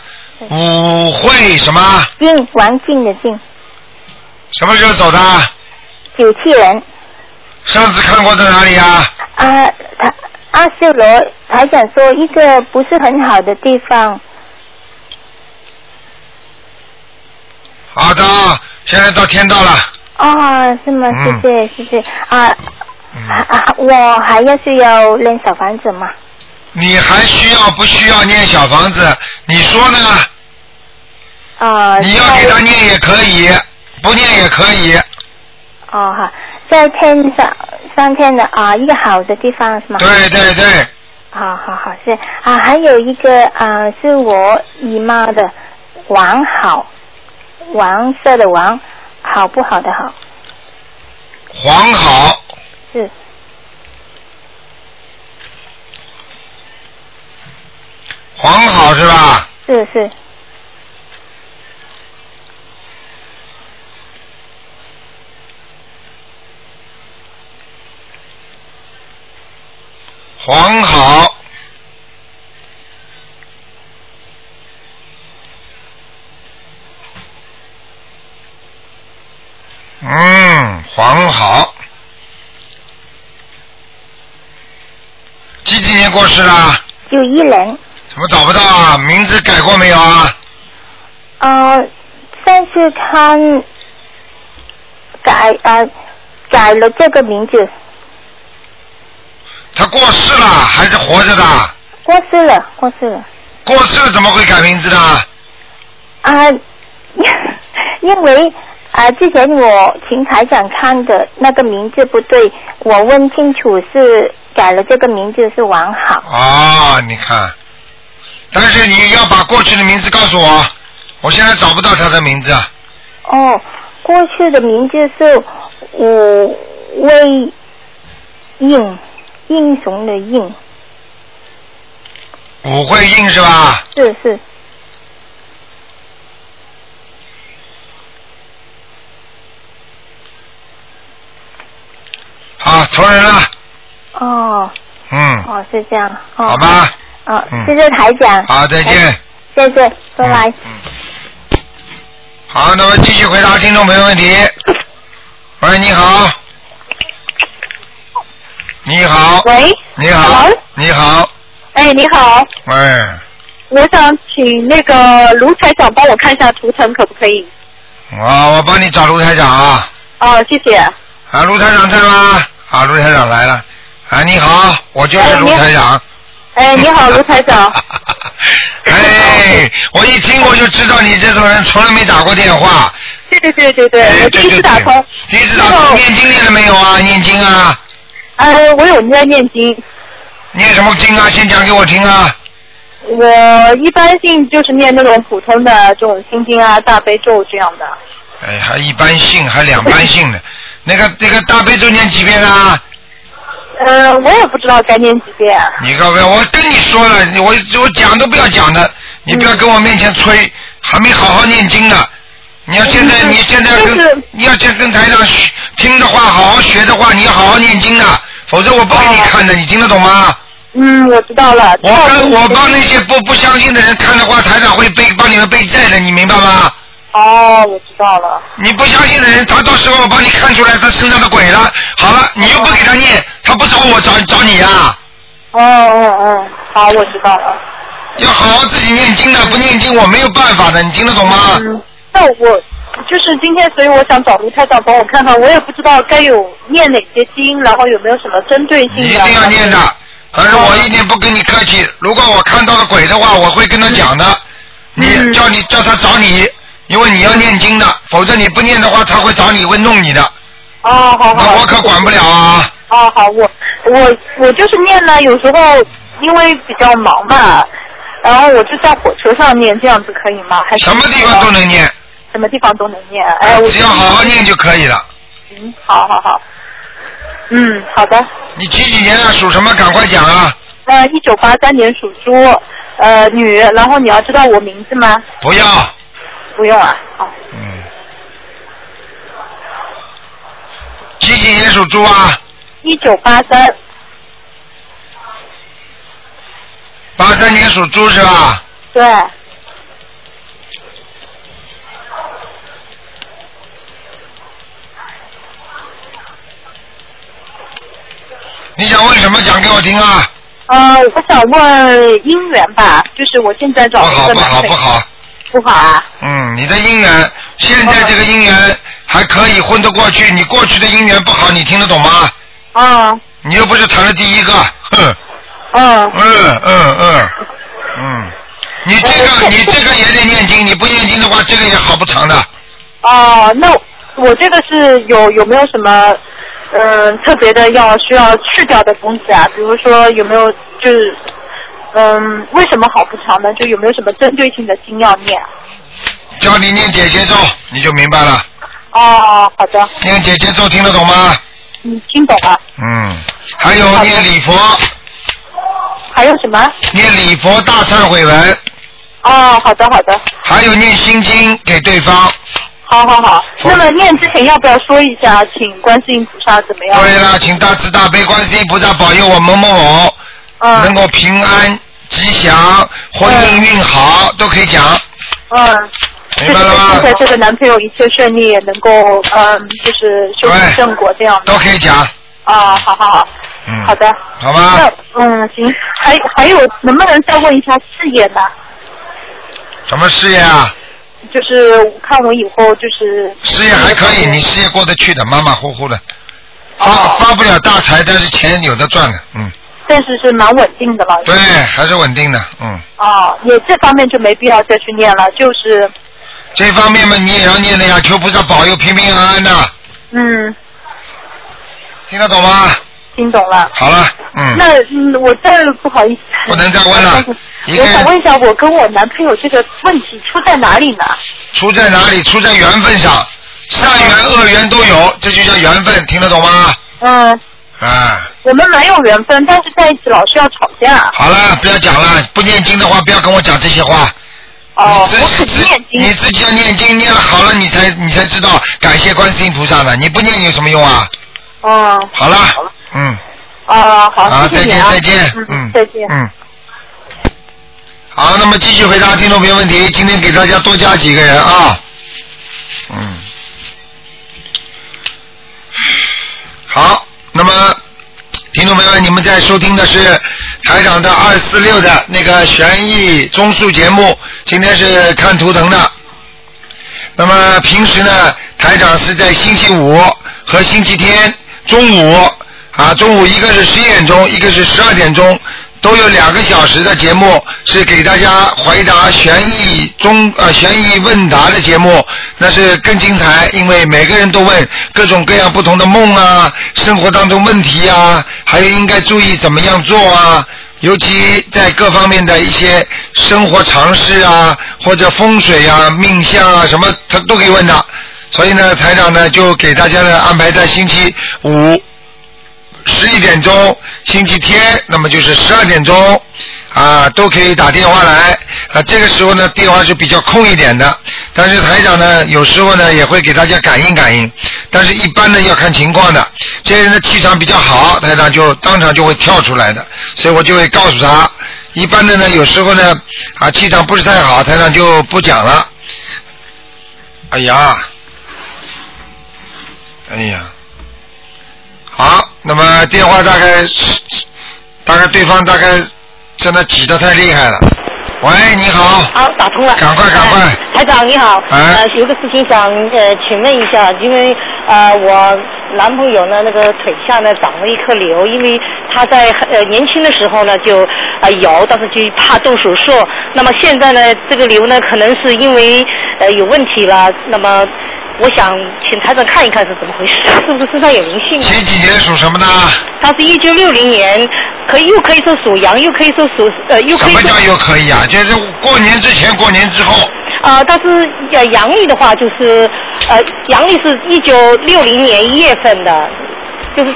Speaker 1: 五哦会什么？
Speaker 12: 晋王晋的晋，
Speaker 1: 什么时候走的？
Speaker 12: 九七人。
Speaker 1: 上次看过在哪里啊？
Speaker 12: 啊，他阿修罗还想说一个不是很好的地方，
Speaker 1: 好的，现在到天道了，
Speaker 12: 哦，是吗？
Speaker 1: 嗯
Speaker 12: 谢谢、谢谢啊、啊！我还要是要练小房子吗？
Speaker 1: 你还需要不需要念小房子？你说呢？
Speaker 12: 啊，
Speaker 1: 你要给他念也可以，不念也可以。
Speaker 12: 哦好，在天上上天的啊、一个好的地方是吗？
Speaker 1: 对对对，
Speaker 12: 好好好是啊，还有一个啊、是我姨妈的王好，黄色的王，好不好的好
Speaker 1: 黄好，
Speaker 12: 是
Speaker 1: 黄好是吧？
Speaker 12: 是是
Speaker 1: 黄好。嗯，黄好。几几年过世啦？
Speaker 12: 九一零
Speaker 1: 怎么找不到啊？名字改过没有啊？
Speaker 12: 啊，上次看改啊、改了这个名字，
Speaker 1: 他过世了还是活着的？
Speaker 12: 过世了过世了
Speaker 1: 过世了怎么会改名字的？
Speaker 12: 啊， 因为啊之前我请台长看的那个名字不对，我问清楚是改了这个名字是王好。
Speaker 1: 啊，你看，但是你要把过去的名字告诉我，我现在找不到他的名字。啊
Speaker 12: 哦，过去的名字是武威应，英雄的应，
Speaker 1: 武会印是吧？
Speaker 12: 是是
Speaker 1: 好，投人啊了，
Speaker 12: 哦
Speaker 1: 嗯，
Speaker 12: 哦是这样，哦、
Speaker 1: 好吧，
Speaker 12: 哦
Speaker 1: 嗯，
Speaker 12: 谢谢台长，哎
Speaker 1: 好，再见。嗯
Speaker 12: 谢谢，拜拜。
Speaker 1: 好，那么继续回答听众朋友问题。喂，你好。你好。
Speaker 13: 喂。
Speaker 1: 你好。你好。
Speaker 13: 哎，你好，
Speaker 1: 喂，
Speaker 13: 我想请那个卢台长帮我看一下图腾，可不可以？
Speaker 1: 啊，我帮你找卢台长啊。
Speaker 13: 哦，谢谢。
Speaker 1: 啊，卢台长在吗？啊，卢台长来了。啊，你好，我就是卢台长。
Speaker 13: 哎，你 好，卢台长。
Speaker 1: 哎，我一听我就知道你这种人从来没打过电话。哎
Speaker 13: 对对对对对，我第一次打通。
Speaker 1: 第一次打通，念经念了没有啊？念经啊？
Speaker 13: 呃，我有在念经。
Speaker 1: 念什么经啊？先讲给我听啊。
Speaker 13: 我一般性就是念那种普通的这种心经啊、大悲咒这样的。
Speaker 1: 哎，还一般性，还两般性呢。那个那个大悲咒念几遍啊？
Speaker 13: 呃，我也不知道该念几遍。
Speaker 1: 你告诉我，我跟你说了，你我我讲都不要讲的，你不要跟我面前吹，还没好好念经呢。你要现在，
Speaker 13: 嗯
Speaker 1: 你现在
Speaker 13: 就
Speaker 1: 跟你要先跟台上学听的话，好好学的话，你要好好念经的，否则我不给你看的，你听得懂吗？
Speaker 13: 哦嗯，我知道了。
Speaker 1: 我跟我帮那些不不相信的人看的话，台长会背帮你们背债的，你明白吗？
Speaker 13: 哦，我知道了。
Speaker 1: 你不相信的人，他到时候我帮你看出来他身上的鬼了。好了，你又不给他念，他不找我找找你呀、啊
Speaker 13: 哦哦哦，好，我知道了。
Speaker 1: 要好好自己念经的，不念经我没有办法的，你听得懂吗？
Speaker 13: 嗯那我就是今天，所以我想找卢台长帮我看看，我也不知道该有念哪些经，然后有没有什么针对性的。
Speaker 1: 一定要念的。但是我一点不跟你客气，如果我看到了鬼的话，我会跟他讲的。
Speaker 13: 嗯
Speaker 1: 你叫你叫他找你，因为你要念经的，否则你不念的话，他会找你，会弄你的。
Speaker 13: 哦，好好。
Speaker 1: 那我可管不了啊。
Speaker 13: 哦，好，我我我就是念呢，有时候因为比较忙吧，然后我就在火车上念，这样子可以吗？还是
Speaker 1: 什么地方都能念，
Speaker 13: 什么地方都能念？哎，我
Speaker 1: 只要好好念就可以了。
Speaker 13: 行，好好好。嗯，好的。
Speaker 1: 你几几年啊？属什么？赶快讲啊！
Speaker 13: 那一九八三年属猪，呃，女，然后你要知道我名字吗？
Speaker 1: 不要，
Speaker 13: 不用啊。
Speaker 1: 几几年属猪啊？
Speaker 13: 一九八三，
Speaker 1: 八三年属猪是吧？
Speaker 13: 对，
Speaker 1: 你想问什么？讲给我听啊！
Speaker 13: 呃，我想问姻缘吧，就是我现在找了一个男朋友。
Speaker 1: 不好，
Speaker 14: 不好啊？
Speaker 1: 嗯，你的姻缘，现在这个姻缘还可以混得过去，你过去的姻缘不好，你听得懂吗？
Speaker 14: 嗯
Speaker 1: 你又不是谈了第一个，哼，
Speaker 14: 嗯
Speaker 1: 嗯嗯嗯，嗯，你这个你这个也得念经，你不念经的话，这个也好不长的。
Speaker 14: 哦，那我这个是有有没有什么嗯、呃特别的要需要去掉的东西啊？比如说有没有就是嗯、为什么好不长呢？就有没有什么针对性的经要念啊？
Speaker 1: 教你念姐姐咒，你就明白了。
Speaker 14: 哦，好的，
Speaker 1: 念姐姐咒听得懂吗？
Speaker 14: 嗯，听懂了。
Speaker 1: 嗯，还有念礼佛，
Speaker 14: 还有什么？
Speaker 1: 念礼佛大忏悔文，
Speaker 14: 哦，好的好的，
Speaker 1: 还有念心经给对方。
Speaker 14: 好好好。那么念之前要不要说一下，请观世音菩萨怎么样？
Speaker 1: 对了，请大慈大悲观世音菩萨保佑我某某某、
Speaker 14: 啊
Speaker 1: 能够平安吉祥，婚姻运好，都可以讲。
Speaker 14: 嗯。
Speaker 1: 明白了吗
Speaker 14: 现在这个男朋友一切顺利，能够嗯，就是修成正果这样的。
Speaker 1: 都可以讲。
Speaker 14: 啊，好好好。
Speaker 1: 嗯
Speaker 14: 好的。
Speaker 1: 好吧
Speaker 14: 那嗯，行，还还有，能不能再问一下事业呢？
Speaker 1: 什么事业啊？
Speaker 14: 就是看我以后就是
Speaker 1: 事业还可以，你事业过得去的，马马虎虎的，发发不了大财，但是钱有的赚的，嗯，
Speaker 14: 但是是蛮稳定的了。
Speaker 1: 对，还是稳定的，嗯。
Speaker 14: 哦，也这方面就没必要再去念了，就是
Speaker 1: 这方面嘛，你也要念的呀，求菩萨保佑平平安安的，
Speaker 14: 嗯，
Speaker 1: 听得懂吗？
Speaker 14: 听懂了。
Speaker 1: 好了，嗯，
Speaker 14: 那嗯，我再不好意思。
Speaker 1: 不能再问了。一个
Speaker 14: 我想
Speaker 1: 人
Speaker 14: 问一下，我跟我男朋友这个问题出在哪里呢？
Speaker 1: 出在哪里？出在缘分上，善缘恶缘都有，这就叫缘分，听得懂吗？
Speaker 14: 嗯，
Speaker 1: 啊，
Speaker 14: 我们蛮有缘分，但是在一起老是要吵架。
Speaker 1: 好了，不要讲了，不念经的话，不要跟我讲这些话。
Speaker 14: 哦，
Speaker 1: 我肯定念经。你自己要念经，念了好了，你才你才知道感谢观世音菩萨呢。你不念有什么用啊？
Speaker 14: 嗯，
Speaker 1: 好了，嗯，
Speaker 14: 哦，
Speaker 1: 好
Speaker 14: 好，谢谢你啊，
Speaker 1: 再见再见嗯
Speaker 14: 嗯，再见，
Speaker 1: 嗯。好，那么继续回答听众朋友问题。今天给大家多加几个人啊。嗯。好，那么听众朋友们，你们在收听的是台长的二四六的那个悬疑综述节目，今天是看图腾的。那么平时呢，台长是在星期五和星期天中午啊，中午一个是十点钟，一个是十二点钟，都有两个小时的节目，是给大家回答悬疑中呃悬疑问答的节目，那是更精彩，因为每个人都问各种各样不同的梦啊，生活当中问题啊，还有应该注意怎么样做啊。尤其在各方面的一些生活常识啊，或者风水啊、命相啊什么，他都可以问的。所以呢，台长呢就给大家呢安排在星期五十一点钟，星期天那么就是十二点钟啊，都可以打电话来啊。这个时候呢，电话是比较空一点的，但是台长呢有时候呢也会给大家感应感应，但是一般呢要看情况的。这些人的气场比较好，台长就当场就会跳出来的，所以我就会告诉他。一般的呢，有时候呢啊气场不是太好，台长就不讲了。哎呀，哎呀，好，那么电话大概是大概对方大概真的挤得太厉害了。喂，你好，
Speaker 15: 好，打通了。哎
Speaker 1: 赶快赶快。哎
Speaker 15: 台长你好，呃，有个事情想呃请问一下，因为呃我男朋友呢那个腿下呢长了一颗瘤，因为他在呃年轻的时候呢就呃有，但是就怕动手术，那么现在呢这个瘤呢可能是因为呃有问题了，那么我想请台长看一看是怎么 回事，是不是身上有灵性啊？
Speaker 1: 几几年属什么的？
Speaker 15: 他是一九六零年，可以又可以说属羊，又可以说属呃又可
Speaker 1: 什
Speaker 15: 以
Speaker 1: 么
Speaker 15: 说
Speaker 1: 叫又可以啊？就是过年之前，过年之后，
Speaker 15: 呃，但是呃，阳历的话就是呃，阳历是一九六零年一月份的，就是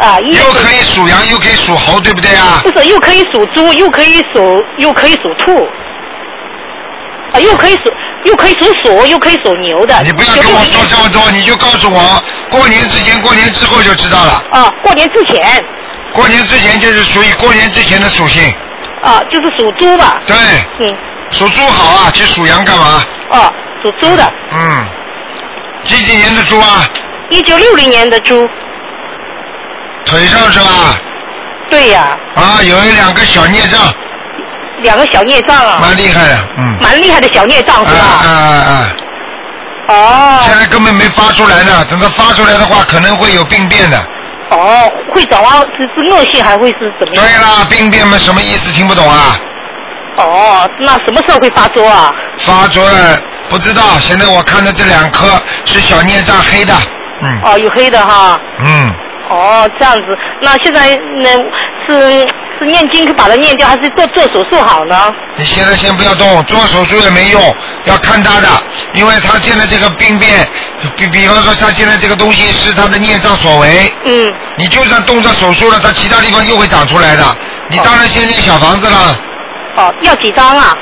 Speaker 15: 啊一、
Speaker 1: 又可以属羊，又可以属猴，对不对啊？
Speaker 15: 不是又可以属猪，又可以属又可以属兔，啊、又可以属又可以属鼠，又可以属牛的。你不要跟我
Speaker 1: 说这么多，你就告诉我，过年之前、过年之后就知道了。
Speaker 15: 啊，过年之前。
Speaker 1: 过年之前就是属于过年之前的属性。
Speaker 15: 啊，就是属猪吧？
Speaker 1: 对。
Speaker 15: 嗯。
Speaker 1: 属猪好啊，去属羊干嘛？
Speaker 15: 哦，属猪的。
Speaker 1: 嗯。几几年的猪啊？
Speaker 15: 一九六零年的猪，
Speaker 1: 腿上是吧？
Speaker 15: 对呀、
Speaker 1: 啊，有一两个小孽障，
Speaker 15: 两个小孽障啊。
Speaker 1: 蛮厉害的，嗯，
Speaker 15: 蛮厉害的小孽障是吧？
Speaker 1: 啊啊
Speaker 15: 啊！
Speaker 1: 现在根本没发出来呢，等它发出来的话，可能会有病变的。
Speaker 15: 哦，会长啊，是是恶性还会是怎么样？
Speaker 1: 对啦，啊病变们什么意思？听不懂啊？
Speaker 15: 哦，那什么时候会发作啊？
Speaker 1: 发作了不知道，现在我看的这两颗是小孽障黑的，嗯
Speaker 15: 哦，有黑的哈。
Speaker 1: 嗯，
Speaker 15: 哦，这样子，那现在那是是念经把它念掉，还是做做手术好呢？
Speaker 1: 你现在先不要动，做手术也没用，要看他的，因为他现在这个病变，比比方说他现在这个东西是他的孽障所为。
Speaker 15: 嗯。
Speaker 1: 你就算动上手术了，他其他地方又会长出来的。你当然先念小房子了，
Speaker 15: 哦，要几张啊？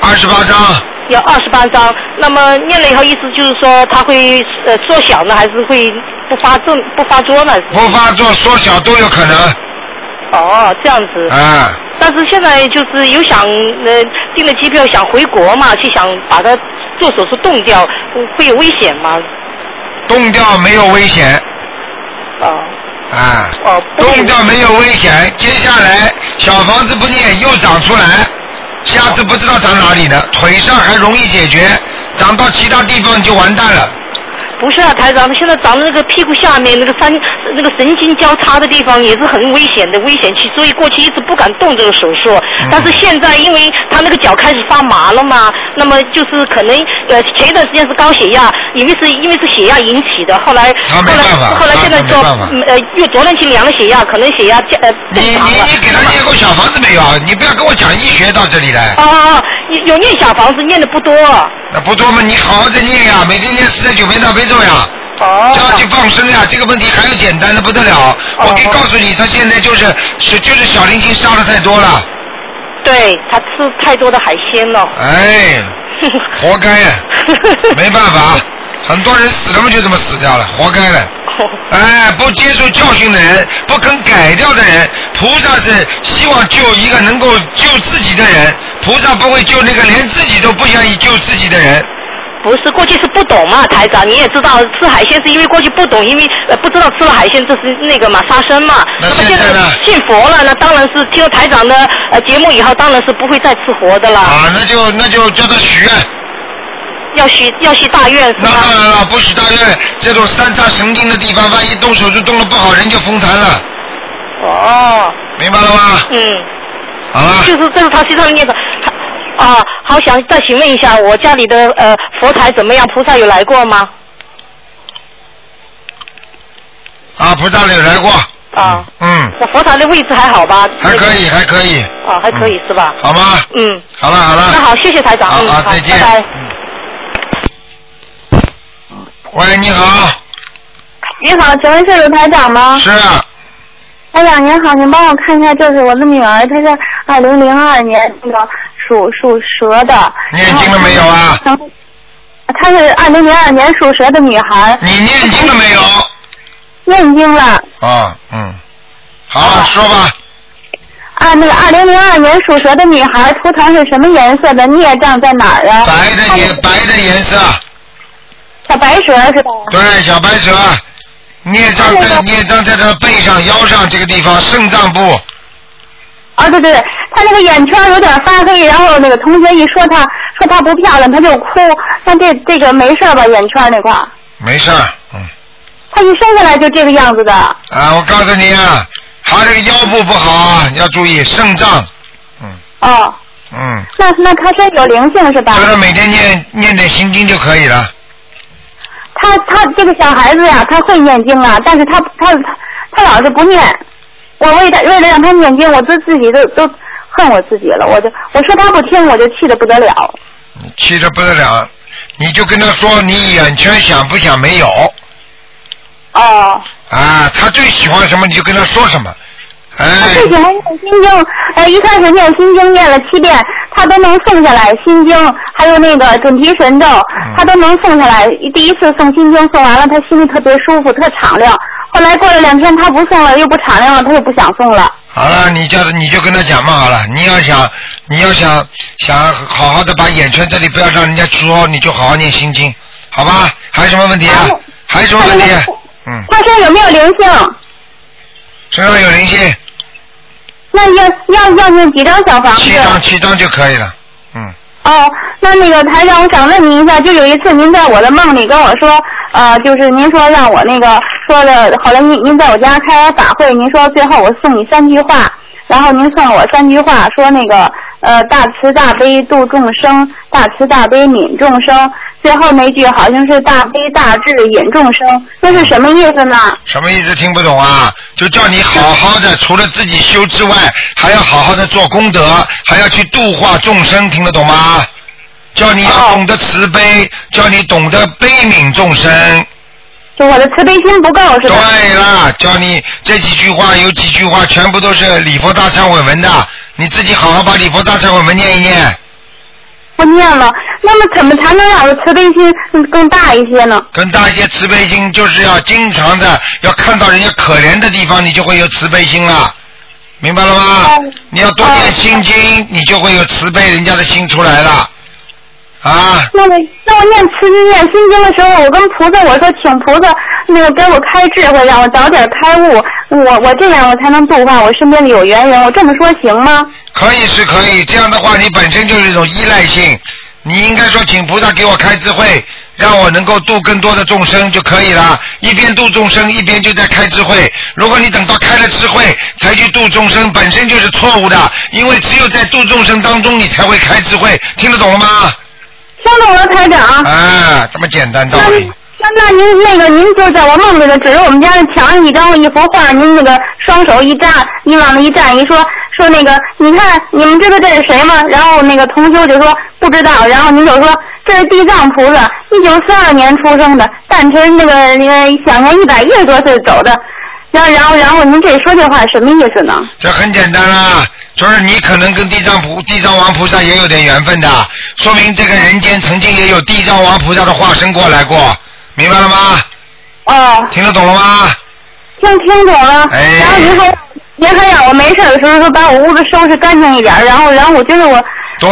Speaker 1: 二十八张。
Speaker 15: 要二十八张，那么念了以后，意思就是说它会呃缩小呢，还是会不发作不发作呢？
Speaker 1: 不发作缩小都有可能。
Speaker 15: 哦，这样子。
Speaker 1: 啊。
Speaker 15: 但是现在就是有想呃订了机票想回国嘛，就想把它做手术冻掉，会有危险吗？
Speaker 1: 动掉没有危险。
Speaker 15: 哦。
Speaker 1: 啊。
Speaker 15: 哦。
Speaker 1: 动掉没有危险，接下来小房子不念又长出来，下次不知道长哪里的，腿上还容易解决，长到其他地方就完蛋了。
Speaker 15: 不是啊，台长，现在长的那个屁股下面那个三那个神经交叉的地方也是很危险的危险区，所以过去一直不敢动这个手术。
Speaker 1: 嗯
Speaker 15: 但是现在因为他那个脚开始发麻了嘛，那么就是可能呃前一段时间是高血压，以为是因为是血压引起的，后来
Speaker 1: 啊
Speaker 15: 后来后来现在说嗯呃又昨天去量了血压，可能血压降呃
Speaker 1: 你你你给他念过小房子没有啊？你不要跟我讲医学到这里来。
Speaker 15: 哦哦，有有念小房子念的不多。
Speaker 1: 那不多嘛，你好好再念呀，每天念四十九遍大悲咒呀。
Speaker 15: 哦。
Speaker 1: 这样去放生呀，这个问题还要简单的不得了。我可以告诉你，他现在就是是就是小灵性杀的太多了，
Speaker 15: 对他吃太多的海鲜了。
Speaker 1: 哎，活该 呀，没办法，很多人死了嘛就这么死掉了，活该了。
Speaker 15: 哦
Speaker 1: 哎，不接受教训的人，不肯改掉的人，菩萨是希望救一个能够救自己的人，菩萨不会救那个连自己都不愿意救自己的人。
Speaker 15: 不是，过去是不懂嘛，台长，你也知道吃海鲜是因为过去不懂，因为呃不知道吃了海鲜这是那个嘛杀生嘛。那么现在信佛了，那当然是听了台长的呃节目以后，当然是不会再吃活的了。
Speaker 1: 啊，那就那就叫他许愿。
Speaker 15: 要许要许大愿是
Speaker 1: 那当然了，不许大愿，这种三叉神经的地方，万一动手术动的不好，人就风瘫了。
Speaker 15: 哦。
Speaker 1: 明白了吗？
Speaker 15: 嗯。
Speaker 1: 好了。
Speaker 15: 就是这是他身上的念头。啊，好想再询问一下，我家里的呃佛台怎么样？菩萨有来过吗？
Speaker 1: 啊，菩萨有来过。
Speaker 15: 啊。
Speaker 1: 嗯，
Speaker 15: 我佛台的位置还好吧？
Speaker 1: 还可以，还可以。
Speaker 15: 啊，还可以是吧？
Speaker 1: 好吗？
Speaker 15: 嗯。
Speaker 1: 好了好了。
Speaker 15: 那好，谢谢台长。
Speaker 1: 好
Speaker 15: 嗯，
Speaker 1: 好再见
Speaker 15: 拜拜。
Speaker 1: 喂，你好。
Speaker 13: 你好，请问是卢台长吗？
Speaker 1: 是啊。
Speaker 13: 台长您好，您帮我看一下，就是我的女儿，她是二零零二年那个属属蛇的。
Speaker 1: 念经了没有啊？
Speaker 13: 然后她是二零零二年属蛇的女孩。
Speaker 1: 你念经了没有？
Speaker 13: 念经了
Speaker 1: 啊，嗯，好了，说吧。
Speaker 13: 啊，那个二零零二年属蛇的女孩图腾是什么颜色的？孽障在哪儿啊？
Speaker 1: 白的颜白的颜色，
Speaker 13: 小白蛇是吧？
Speaker 1: 对，小白蛇，孽障在孽障在他的背上、腰上这个地方，肾脏部。
Speaker 13: 啊，对对对，她那个眼圈有点发黑，然后那个同学一说她说她不漂亮，她就哭。那这这个没事儿吧？眼圈那块儿，
Speaker 1: 没事儿
Speaker 13: 她一生下来就这个样子的。
Speaker 1: 啊，我告诉你啊，他这个腰部不好啊，要注意肾脏。
Speaker 13: 哦，
Speaker 1: 嗯，
Speaker 13: 那那她身有灵性是吧？
Speaker 1: 叫他每天念念点心经就可以了。
Speaker 13: 他他这个小孩子呀，他会念经啊，但是他他他他老是不念。我为他为了让他念经，我都自己都都恨我自己了。我就我说他不听，我就气得不得了。
Speaker 1: 你气得不得了，你就跟他说你眼圈想不想没有？
Speaker 13: 哦。
Speaker 1: 啊，他最喜欢什么你就跟他说什么。哎
Speaker 13: 他最喜欢念心经，呃，一开始念心经念了七遍，他都能诵下来心经，还有那个准提神咒，
Speaker 1: 嗯
Speaker 13: 他都能诵下来。第一次诵心经诵完了，他心里特别舒服，特敞亮。后来过了两天，他不诵了，又不敞亮了，他又不想诵了。
Speaker 1: 好了，你叫他你就跟他讲嘛，好了，你要想你要想想好好的把眼圈这里不要让人家说，你就好好念心经，好吧？还有什么问题啊？还有什么问题？嗯
Speaker 13: 他身上有没有灵性？
Speaker 1: 身上有灵性，
Speaker 13: 那要要要念几张小房子？
Speaker 1: 七张七张就可以了。
Speaker 13: 哦，那那个台长，我想问您一下，就有一次您在我的梦里跟我说，呃，就是您说让我那个说的，后来您您在我家开法会，您说最后我送你三句话，然后您送了我三句话，说那个呃大慈大悲度众生，大慈大悲悯众生，最后那句好像是大悲大智引众生，这是什么意思呢？
Speaker 1: 什么意思？听不懂啊？就叫你好好的，除了自己修之外，还要好好的做功德，还要去度化众生，听得懂吗？叫你要懂得慈
Speaker 13: 哦
Speaker 1: 悲，叫你懂得悲悯众生。
Speaker 13: 就我的慈悲心不够是
Speaker 1: 吧？对啦，叫你这几句话有几句话全部都是礼佛大忏悔文的，你自己好好把礼佛大忏悔文念一念，
Speaker 13: 我念了，那么怎么才能让我的慈悲心更大一些呢？
Speaker 1: 更大一些慈悲心，就是要经常的要看到人家可怜的地方，你就会有慈悲心了，明白了吗？你要多念心经，你就会有慈悲人家的心出来了。啊，
Speaker 13: 那我那我念慈念心经的时候，我跟菩萨我说，请菩萨那个给我开智慧，让我早点开悟，我我这样我才能度化我身边的有缘人。我这么说行吗？
Speaker 1: 可以是可以，这样的话你本身就是一种依赖性，你应该说请菩萨给我开智慧，让我能够度更多的众生就可以了。一边度众生，一边就在开智慧。如果你等到开了智慧才去度众生，本身就是错误的，因为只有在度众生当中你才会开智慧，听得懂了吗？
Speaker 13: 听懂了，台长。
Speaker 1: 啊，这么简单道理。
Speaker 13: 那那您那个您就在我梦里头指着我们家的墙上一张一幅画，您那个双手一站，一往那一站，一说说那个，你看你们知道这是谁吗？然后那个同修就说不知道，然后您就说这是地藏菩萨，一九四二年出生的，诞辰那个那个享年一百一十多岁走的。然后然后然后您这说这话什么意思呢？
Speaker 1: 这很简单啦，就是你可能跟地藏菩地藏王菩萨也有点缘分的，说明这个人间曾经也有地藏王菩萨的化身过来过，明白了吗？
Speaker 13: 哦。
Speaker 1: 听得懂了吗？
Speaker 13: 听听懂了。
Speaker 1: 哎
Speaker 13: 然后您还您还让我没事的时候说把我屋子收拾干净一点儿，然后然后我觉得我
Speaker 1: 对。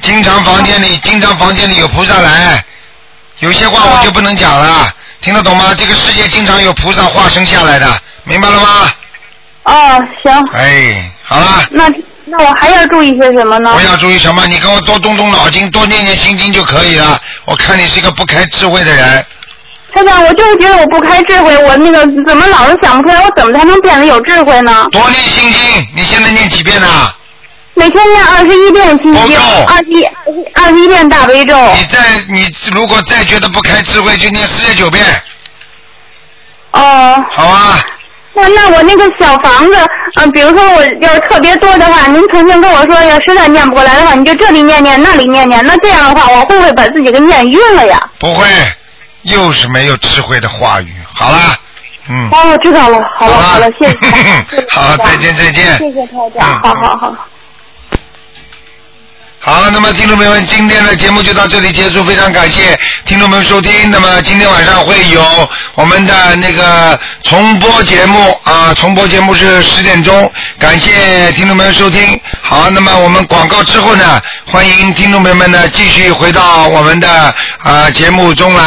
Speaker 1: 经常房间里，经常房间里有菩萨来，有些话我就不能讲了，听得懂吗？这个世界经常有菩萨化身下来的，明白了吗？
Speaker 13: 哦行，
Speaker 1: 哎，好了。
Speaker 13: 那那我还要注意些什么呢？
Speaker 1: 不要注意什么，你给我多动动脑筋，多念念心经就可以了。我看你是一个不开智慧的人，
Speaker 13: 台长，我就是觉得我不开智慧，我那个怎么老是想不开，我怎么才能变得有智慧呢？
Speaker 1: 多念心经。你现在念几遍呢、啊
Speaker 13: 每天念二十一遍心经，二十一二十一遍大悲咒。
Speaker 1: 你再你如果再觉得不开智慧，就念四十九遍。
Speaker 13: 哦。
Speaker 1: 好啊。
Speaker 13: 那那我那个小房子，嗯、比如说我要是特别多的话，您曾经跟我说，要实在念不过来的话，你就这里念念，那里念念，那这样的话，我会不会把自己给念晕了呀？
Speaker 1: 不会，又是没有智慧的话语。好啦，嗯，
Speaker 13: 哦，我知道了，好了好了，谢谢。
Speaker 1: 啊 好，再见再见。嗯
Speaker 13: 谢谢台长，好好好。
Speaker 1: 好，那么听众朋友们，今天的节目就到这里结束，非常感谢听众朋友收听。那么今天晚上会有我们的那个重播节目啊，重播节目是十点钟，感谢听众朋友收听。好，那么我们广告之后呢，欢迎听众朋友们呢继续回到我们的啊、节目中来。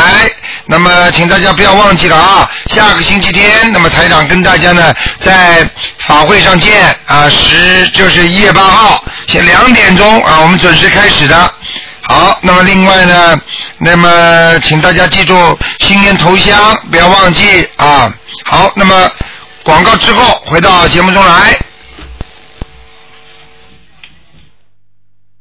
Speaker 1: 那么，请大家不要忘记了啊，下个星期天，那么台长跟大家呢在法会上见啊，十就是一月八号，先两点钟啊，我们准时开始的。好，那么另外呢，那么请大家记住新年头香，不要忘记啊。好，那么广告之后回到节目中来。